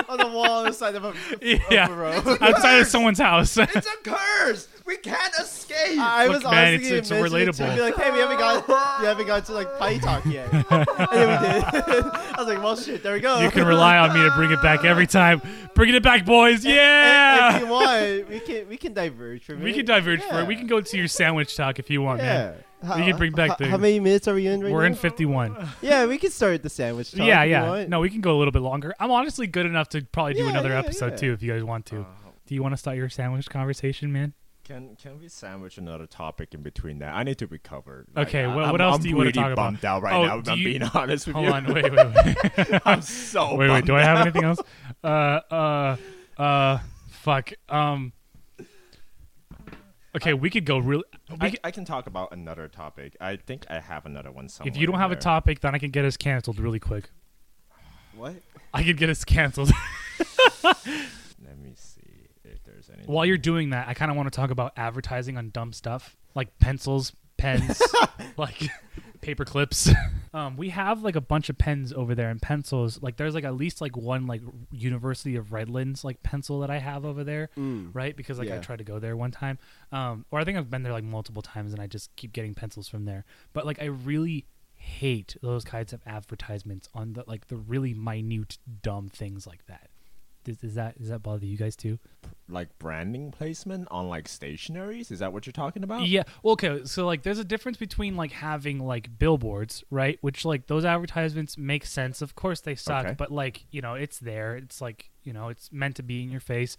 on the wall on the side of a,
yeah,
of a row.
outside of someone's house.
It's a curse. We can't escape.
I was
Look, man,
honestly
it's-
gonna
it's
mention it too,
relatable.
Be like, hey, we haven't got, we haven't got to like pie talk yet. and then we did. I was like, well, shit, there we go.
you can rely on me to bring it back every time. Bringing it back, boys.
if
Yeah.
you want, we can we can diverge from
We
it.
can diverge for it. We
Yeah.
can go to your sandwich talk if you want,
Yeah.
man. We can bring back the.
How many minutes are we in right
we're
now?
in 51.
Yeah, we can start the sandwich talk.
yeah,
if you
yeah.
want.
No, we can go a little bit longer. I'm honestly good enough to probably do
Yeah,
another
yeah, Oh.
episode
yeah.
too if you guys want to. Do you want to start your sandwich conversation, man?
Can can we sandwich another topic in between that? I need to recover.
Okay,
I-
what-
I'm-
what else
I'm
do you wanna
really
talk about?
Bummed out right
Oh,
now. If
do
I'm
you-
being honest with
Hold
you.
on, wait, wait, wait,
I'm so
wait, wait.
bummed
Do I have anything else? Uh, uh, uh, fuck. Um. Okay, we could go really.
I,
We could,
I can talk about another topic. I think I have another one somewhere.
if you don't
in
have a
there.
topic, then I can get us canceled really quick.
What?
I could get us canceled.
let me see if there's anything.
While you're doing that, I kind of want to talk about advertising on dumb stuff like pencils, pens, like paper clips. Um, we have like a bunch of pens over there and pencils. Like there's like at least like one like University of Redlands like pencil that I have over there,
Mm.
right? Because like I
Yeah.
tried to go there one time, um, or I think I've been there like multiple times and I just keep getting pencils from there. But like I really hate those kinds of advertisements on the like the really minute dumb things like that. Does, does that does that bother you guys too?
like branding placement on like stationaries. Is that what you're talking about?
Yeah. Well, okay. So like, there's a difference between like having like billboards, right? Which like those advertisements make sense. Of course they suck,
Okay.
but like you know it's there. It's like you know it's meant to be in your face.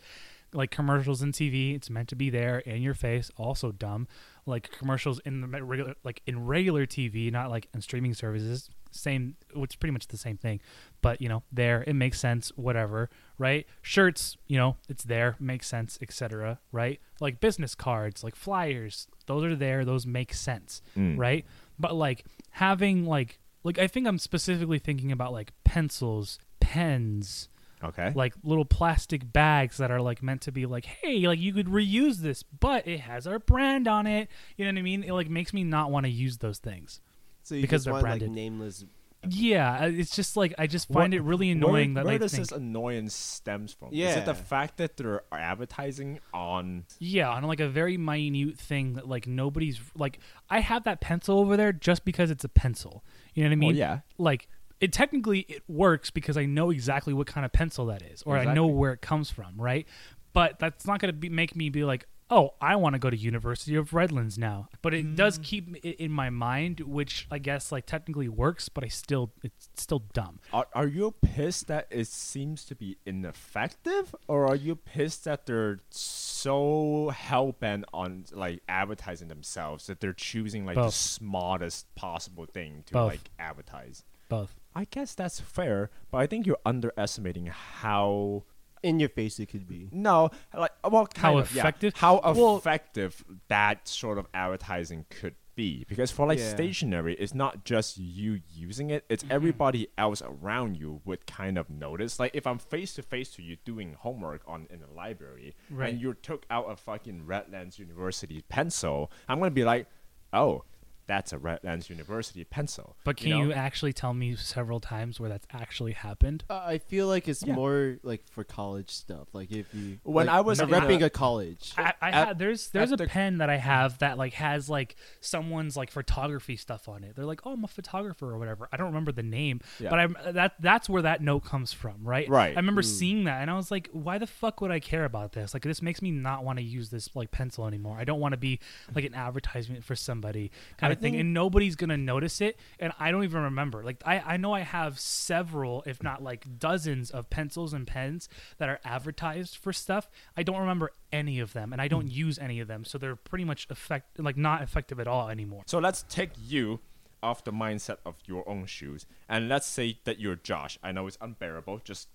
Like commercials and TV, it's meant to be there in your face. Also dumb. Like commercials in the regular, like in regular TV, not like in streaming services. Same, it's pretty much the same thing, but you know, there it makes sense. Whatever, right? Shirts, you know, it's there, makes sense, etc. Right? Like business cards, like flyers, those are there, those make sense, right? But like having like like I think I'm specifically thinking about like pencils, pens,
Okay.
like little plastic bags that are like meant to be like, hey, like you could reuse this, but it has our brand on it. You know what I mean? It like makes me not want to use those things.
So you
Because
just
they're
want
branded.
like nameless.
Yeah, I- it's just like I just find
What-
it really annoying
Eh. where,
that
where
I
does
think,
this annoyance stems from? Is it
Yeah.
the fact that they're advertising on?
yeah, on like a very minute thing that like nobody's like I have that pencil over there just because it's a pencil. You know what I mean?
Oh, yeah.
Like it technically it works because I know exactly what kind of pencil that is, or I know
Exactly.
where it comes from, right? But that's not going to be make me be like, oh, I want to go to University of Redlands now. But it
Mm.
does keep it in my mind, which I guess like technically works, but I still it's still dumb.
Are, are you pissed that it seems to be ineffective, or are you pissed that they're so hell bent on like advertising themselves that they're choosing like the
Both.
smartest possible thing to
Both.
like advertise?
Both.
I guess that's fair, but I think you're underestimating how
In your face, it could be.
no, like well, kind
How
of, yeah.
effective-
How
Well-
effective that sort of advertising could be, because for like
Yeah.
stationery, it's not just you using it; it's everybody else around you would kind of notice. Like if I'm face to face to you doing homework on in the library,
Right.
and you took out a fucking Redlands University pencil, I'm gonna be like, oh. That's a Redlands University pencil.
But can you,
know?
actually tell me several times where that's actually happened?
Uh, I feel like it's
Yeah.
more like for college stuff. Like if you
When
like,
I was
you're
in
repping
a-
a college.
I, I
At-
had there's there's
at
a
the-
pen that I have that like has like someone's like photography stuff on it. They're like, oh, I'm a photographer or whatever. I don't remember the name,
Yeah.
but I'm that that's where that note comes from, right?
Right.
I remember seeing that and I was like, why the fuck would I care about this? Like, this makes me not want to use this like pencil anymore. I don't want to be like an advertisement for somebody kind
I
of thing,
think-
and nobody's gonna notice it. And I don't even remember. Like, I I know I have several, if not like dozens, of pencils and pens that are advertised for stuff. I don't remember any of them, and I
Hmm.
don't use any of them, so they're pretty much effect like not effective at all anymore.
So let's take you off the mindset of your own shoes, and let's say that you're Josh. I know it's unbearable. Just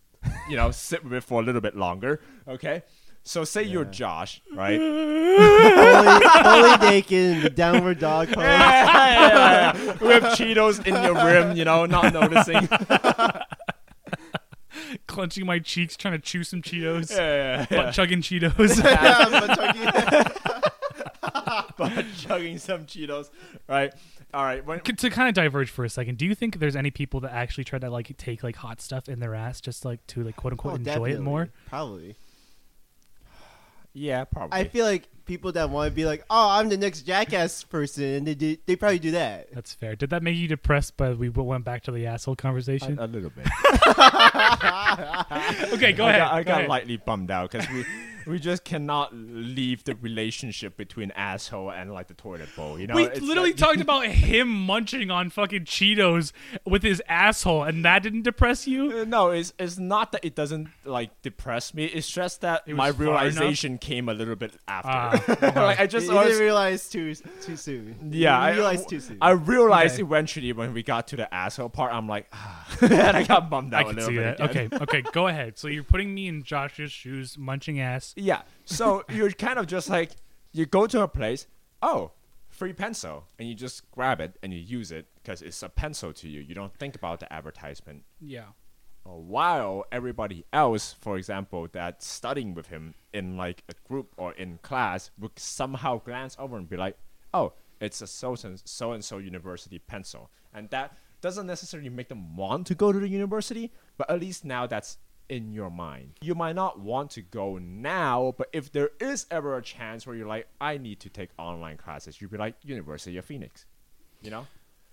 you know, sit with it for a little bit longer, okay? So say you're Josh, right?
fully, fully naked in the downward dog pose.
with Cheetos in your rim, you know, not noticing.
Clenching my cheeks, trying to chew some Cheetos,
Yeah,
butt chugging Cheetos.
but chugging some Cheetos, right? All right. When,
C- to kind of diverge for a second, do you think there's any people that actually try to like take like hot stuff in their ass just like to like quote unquote
Oh,
enjoy
definitely.
it more?
Probably.
yeah, probably.
I feel like people that want to be like, oh, I'm the next jackass person, they do, they probably do that.
uh,
That's fair. Did that make you depressed? But we w- went back to the asshole conversation.
a, a little bit.
Okay, go
I
ahead.
got, I
go
got
ahead.
lightly bummed out because we we just cannot leave the relationship between asshole and like the toilet bowl. You know,
we
It's uh,
literally
like-
talked about him munching on fucking Cheetos with his asshole, and that didn't depress you.
Uh, No, it's it's not that it doesn't like depress me. It's just that
was
my
far
realization came a little bit after.
Ah,
like I just
you
was-
didn't realize too too soon.
yeah,
you
I
realized too soon.
I realized
Okay.
eventually when we got to the asshole part, I'm like, ah, and I got bummed out
I
a
can
little
see
bit.
that.
again.
Okay, okay, go ahead. So you're putting me in Josh's shoes, munching ass.
Yeah. So you're kind of just like you go to a place, oh, free pencil, and you just grab it and you use it because it's a pencil to you. You don't think about the advertisement.
Yeah.
uh, While everybody else, for example, that's studying with him in like a group or in class, would somehow glance over and be like, "Oh, it's a so and so and so university pencil," and that doesn't necessarily make them want to go to the university, but at least now that's in your mind. You might not want to go now, but if there is ever a chance where you're like, "I need to take online classes," you'd be like, "University of Phoenix," you know.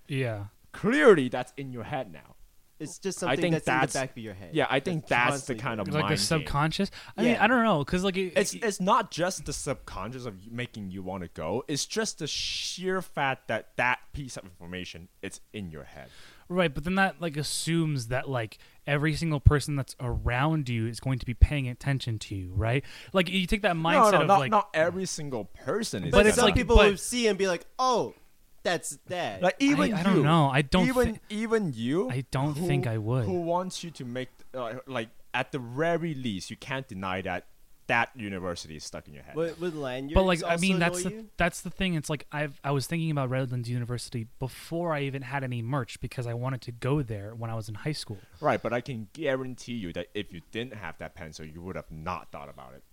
Yeah.
Clearly, that's in your head now.
it's just something
think
that's,
that's-
in the back of your head.
Yeah, I think that's the
constantly
kind of
Like
mind
a
game.
subconscious. I mean,
Yeah.
I don't know, cause like it,
It's it's not just the subconscious of you- making you want to go. It's just the sheer fact that that piece of information it's in your head.
Right, but then that like assumes that like every single person that's around you is going to be paying attention to you, right? Like you take that mindset
no, no,
of
not,
like
not every single person is.
But,
gonna-
it's
some
like-
people
but-
will see and be like, "Oh, that's that."
like even
I don't
you,
know. I don't
even
thi-
even you.
I don't
who-
think I would.
Who wants you to make uh, like at the very least you can't deny that that university is stuck in your head.
would, would lanyards
but like I
also
mean that's
annoy
the,
you?
that's the thing. It's like I've I was thinking about Redlands University before I even had any merch because I wanted to go there when I was in high school.
Right, but I can guarantee you that if you didn't have that pencil, you would have not thought about it.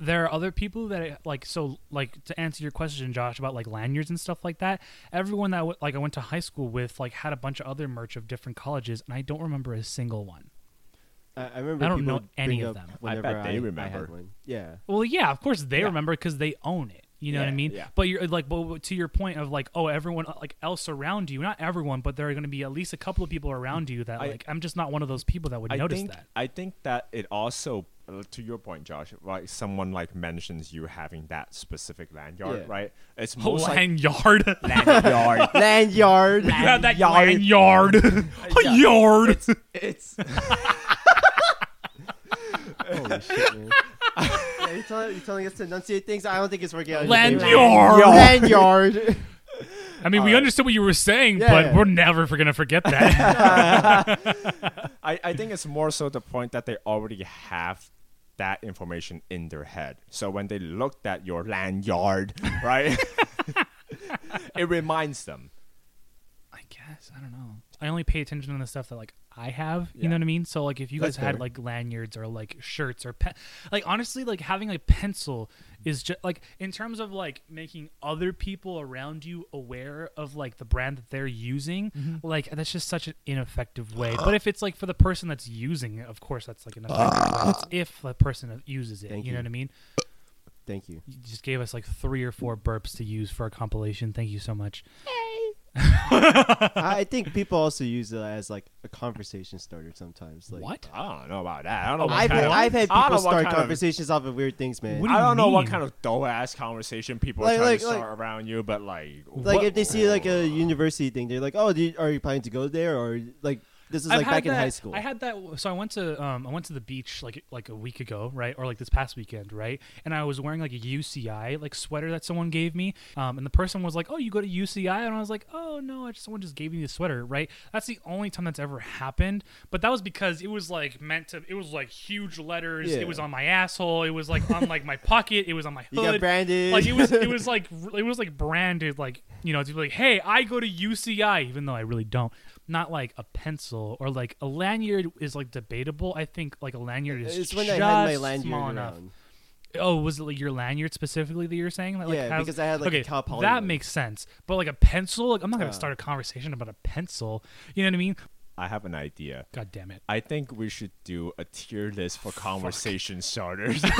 there are other people that like so like to answer your question josh about like lanyards and stuff like that everyone that w- like i went to high school with like had a bunch of other merch of different colleges and i don't remember a single one
I, I remember.
I don't
people
know any
bring
of
up
them. I
Whenever
bet they
had
remember.
one. Yeah.
well yeah of course they
Yeah.
remember because they own it you know what i
Yeah,
mean
yeah.
but you're like but to your point of like oh everyone like else around you not everyone but there are going to be at least a couple of people around you that
I-
like i'm just not one of those people that would
I
notice
think,
that
I think that it also, uh, to your point, Josh, like someone like mentions you having that specific lanyard,
Yeah.
right? It's
oh
most like
lanyard
lanyard.
Lanyard.
you have that
Lanyard.
lanyard
Yeah.
yard
it's it's
Holy shit, man. yeah, you're, telling, you're telling us to enunciate things. I don't think it's working out.
Lanyard.
Lanyard. Lanyard.
I mean, we understood what you were saying,
Yeah,
but
yeah.
we're never gonna forget that.
I, I think it's more so the point that they already have that information in their head. So when they looked at your lanyard, right, it reminds them.
I guess I don't know. I only pay attention to the stuff that like I have. You
Yeah.
know what I mean? So like, if you guys
That's
had
fair.
like lanyards or like shirts or pen, like honestly, like having a pencil is just like in terms of like making other people around you aware of like the brand that they're using. Like that's just such an ineffective way. but if it's like for the person that's using it, of course that's like an effective. way. It's if the person uses it,
Thank
you know
you.
what I mean?
Thank you.
You just gave us like three or four burps to use for a compilation. Thank you so much.
I I think people also use it as like a conversation starter sometimes. Like,
What?
I don't know about that. I don't know. what
Oh, I've,
kind
had,
of-
I've had
I don't
people
know what
start
kind of-
conversations off of weird things, man.
What do
I
you
don't know what
mean?
kind of dull ass conversation people
Like-
are trying
like-
to start
like-
around you, but like,
like
what-
if they see like a university thing, they're like, "Oh, do you, are you planning to go there?" Or like, "This is
I've
like
had
back in
that-
high school."
I had that. So I went to um, I went to the beach like like a week ago, right, or like this past weekend, right? And I was wearing like a UCI like sweater that someone gave me, um, and the person was like, "Oh, you go to UCI?" And I was like, "Oh no, I just someone just gave me the sweater, right?" That's the only time that's ever happened, but that was because it was like meant to. It was like huge letters.
Yeah.
It was on my asshole. It was like on like my pocket. It was on my
You
hood.
got branded.
Like it was it was like it was like branded like you know to be like hey I go to UCI even though I really don't not like a pencil or like a lanyard is like debatable I think like a lanyard is
it's
just
when I had my
small
lanyard
enough
around.
oh was it like your lanyard specifically that you're saying that like
Yeah,
has-
because I had, like, a
okay
Cal Poly
that
one.
makes sense but like a pencil like I'm not gonna
Uh.
start a conversation about a pencil you know what I mean
I have an idea.
God damn it
I think we should do a tier list for conversation starters. like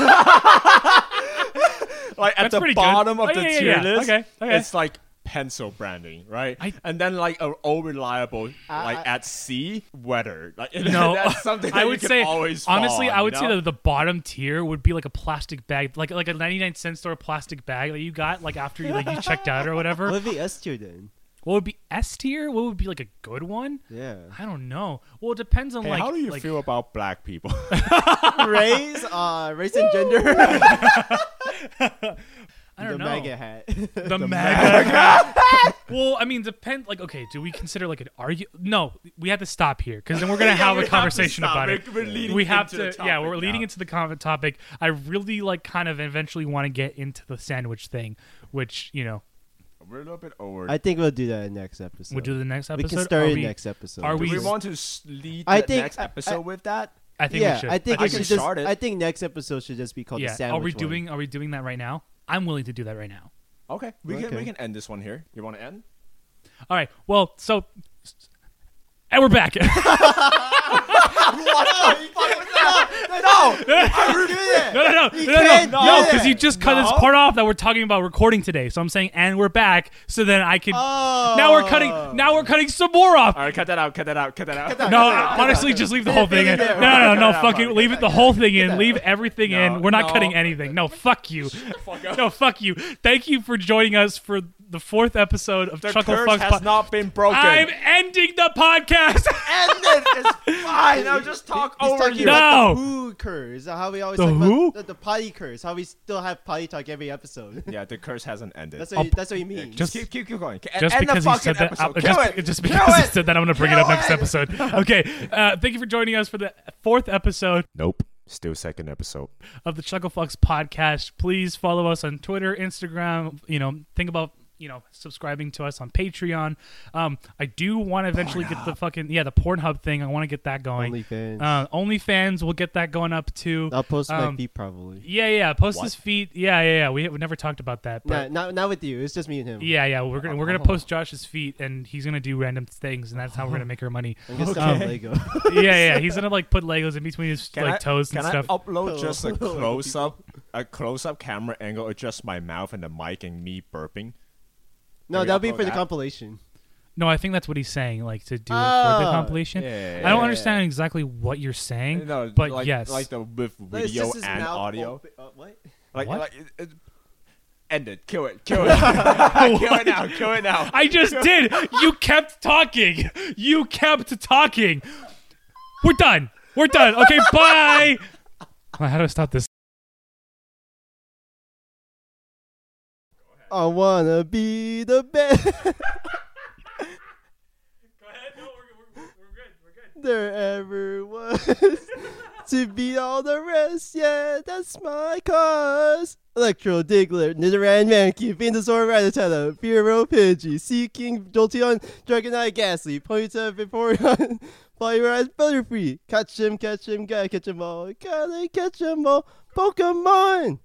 at
That's
the
pretty good.
bottom
Oh,
of the
yeah, yeah,
tier
yeah.
list,
Okay, okay.
it's like pencil branding, right?
I-
and then like a old reliable like
I-
at sea weather. Like
No,
that's something that
I
you
would
can
say
always fall
honestly,
on,
I
you
would say
know?
that the bottom tier would be like a plastic bag, like like a ninety nine cent store plastic bag that you got like after you like you checked out or whatever.
What if S tier then?
What would be S tier? What would be like a good one?
Yeah.
I don't know. Well, it depends on
Hey,
like
how do you
like-
feel about black people?
race, uh, race and gender.
I don't
the
know.
mega hat.
the, mega. well, I mean, depend. Like, okay, do we consider like an argue? No, we have to stop here because then we're gonna
Yeah,
have a
we have to
conversation
stop.
about
We're-
it.
we're leading
we have
into
to.
the
yeah,
topic
we're leading
now.
into the common topic. I really like kind of eventually want to get into the sandwich thing, which you know
We're a little bit over.
I think we'll do that in next episode.
we'll do the next
We
episode.
can start
Are
in
we-
next episode.
are
Do we
we-
want to s- lead
I
the
think-
next
I-
episode with that?
I think
yeah,
we should.
I think
I
we
we
should
think
just.
start it.
I think next episode should just be called the
Yeah.
sandwich.
Are we
one.
doing? Are we doing that right now? I'm willing to do that right now.
Okay, we can
Okay.
we can end this one here. You want to end?
All right. Well, so. And we're back.
No, I do that.
No, no, no,
You
no, no,
can't
no,
do
no,
that.
because you just cut this
No.
part off that we're talking about recording today. So I'm saying, and we're back. So then I can.
Oh.
Now we're cutting. Now we're cutting some more off.
All right, cut that out. Cut that out. Cut that out.
No, honestly, just leave the whole thing in.
Leave
No,
it.
no, no, no
Cut it out,
fuck it.
Bobby.
Leave it the whole thing in. Leave everything
No,
in. We're not
no.
cutting anything. No, fuck you.
Fuck up.
No, fuck you. Thank you for joining us for the fourth episode of
The
Chuckle
curse
Fuck.
has
Po-
not been broken. E-
I'm ending the podcast.
End it. It's fine.
I'll just talk
He's
over
talking
you.
No.
about The poo curse. How we always
The
talk
who?
about the, the potty curse. How we still have potty talk every episode.
Yeah, the curse hasn't ended.
That's what you, that's what you mean.
Just-
keep keep keep going.
just
End the
because he said
fucking
that,
episode.
uh,
Kill
just,
it.
just
Kill
because he
it.
said that, I'm gonna bring it
Kill
up next
it.
episode. Okay, uh, thank you for joining us for the fourth episode
Nope. Still second episode.
of the Chucklefucks podcast. Please follow us on Twitter, Instagram. You know, think about you know subscribing to us on Patreon. Um, I do want to eventually get the fucking yeah the Pornhub thing. I want to get that going.
OnlyFans.
Uh, OnlyFans, we'll get that going up too.
I'll post my
um,
feet probably.
Yeah, yeah. Post
What?
his feet. Yeah, yeah, yeah. We, we never talked about that, but
Nah, not not with you. It's just me and him.
Yeah, yeah, we're gonna we're gonna post Josh's feet, and he's gonna do random things, and that's how we're gonna make our money.
I'm gonna stop
Okay.
Lego.
yeah, yeah, he's gonna like put Legos in between his
Can
like
I,
toes
can
and stuff.
I upload just a
Hello,
close up, a close up camera angle, or just my mouth and the mic and me burping?
no,
Can we
that'll be
upload
for the
that?
compilation.
no, I think that's what he's saying, like to do it for the
Oh,
compilation.
yeah,
I don't
yeah,
understand exactly what you're saying,
No,
but
like,
yes,
like the with
No, it's
video
just his
and
mouth
audio.
open- uh, what?
Like,
What?
like it, it, end it, kill it, kill it, kill it now, kill it now.
I just did. You kept talking. You kept talking. We're done. We're done. Okay, bye. How do I stop this?
I wanna be the best
Go ahead. No, we're, we're, we're good. We're good.
there ever was. to beat all the rest, yeah, that's my cause. Electro Diggler, Nidoran Mankey, Venusaur Rattata, Firo Pidgey, Sea King Jolteon, Dragonite Ghastly, Ponyta Vaporeon, Flyrise Butterfree, catch him, catch him, gotta catch 'em all, gotta catch 'em all, Pokemon!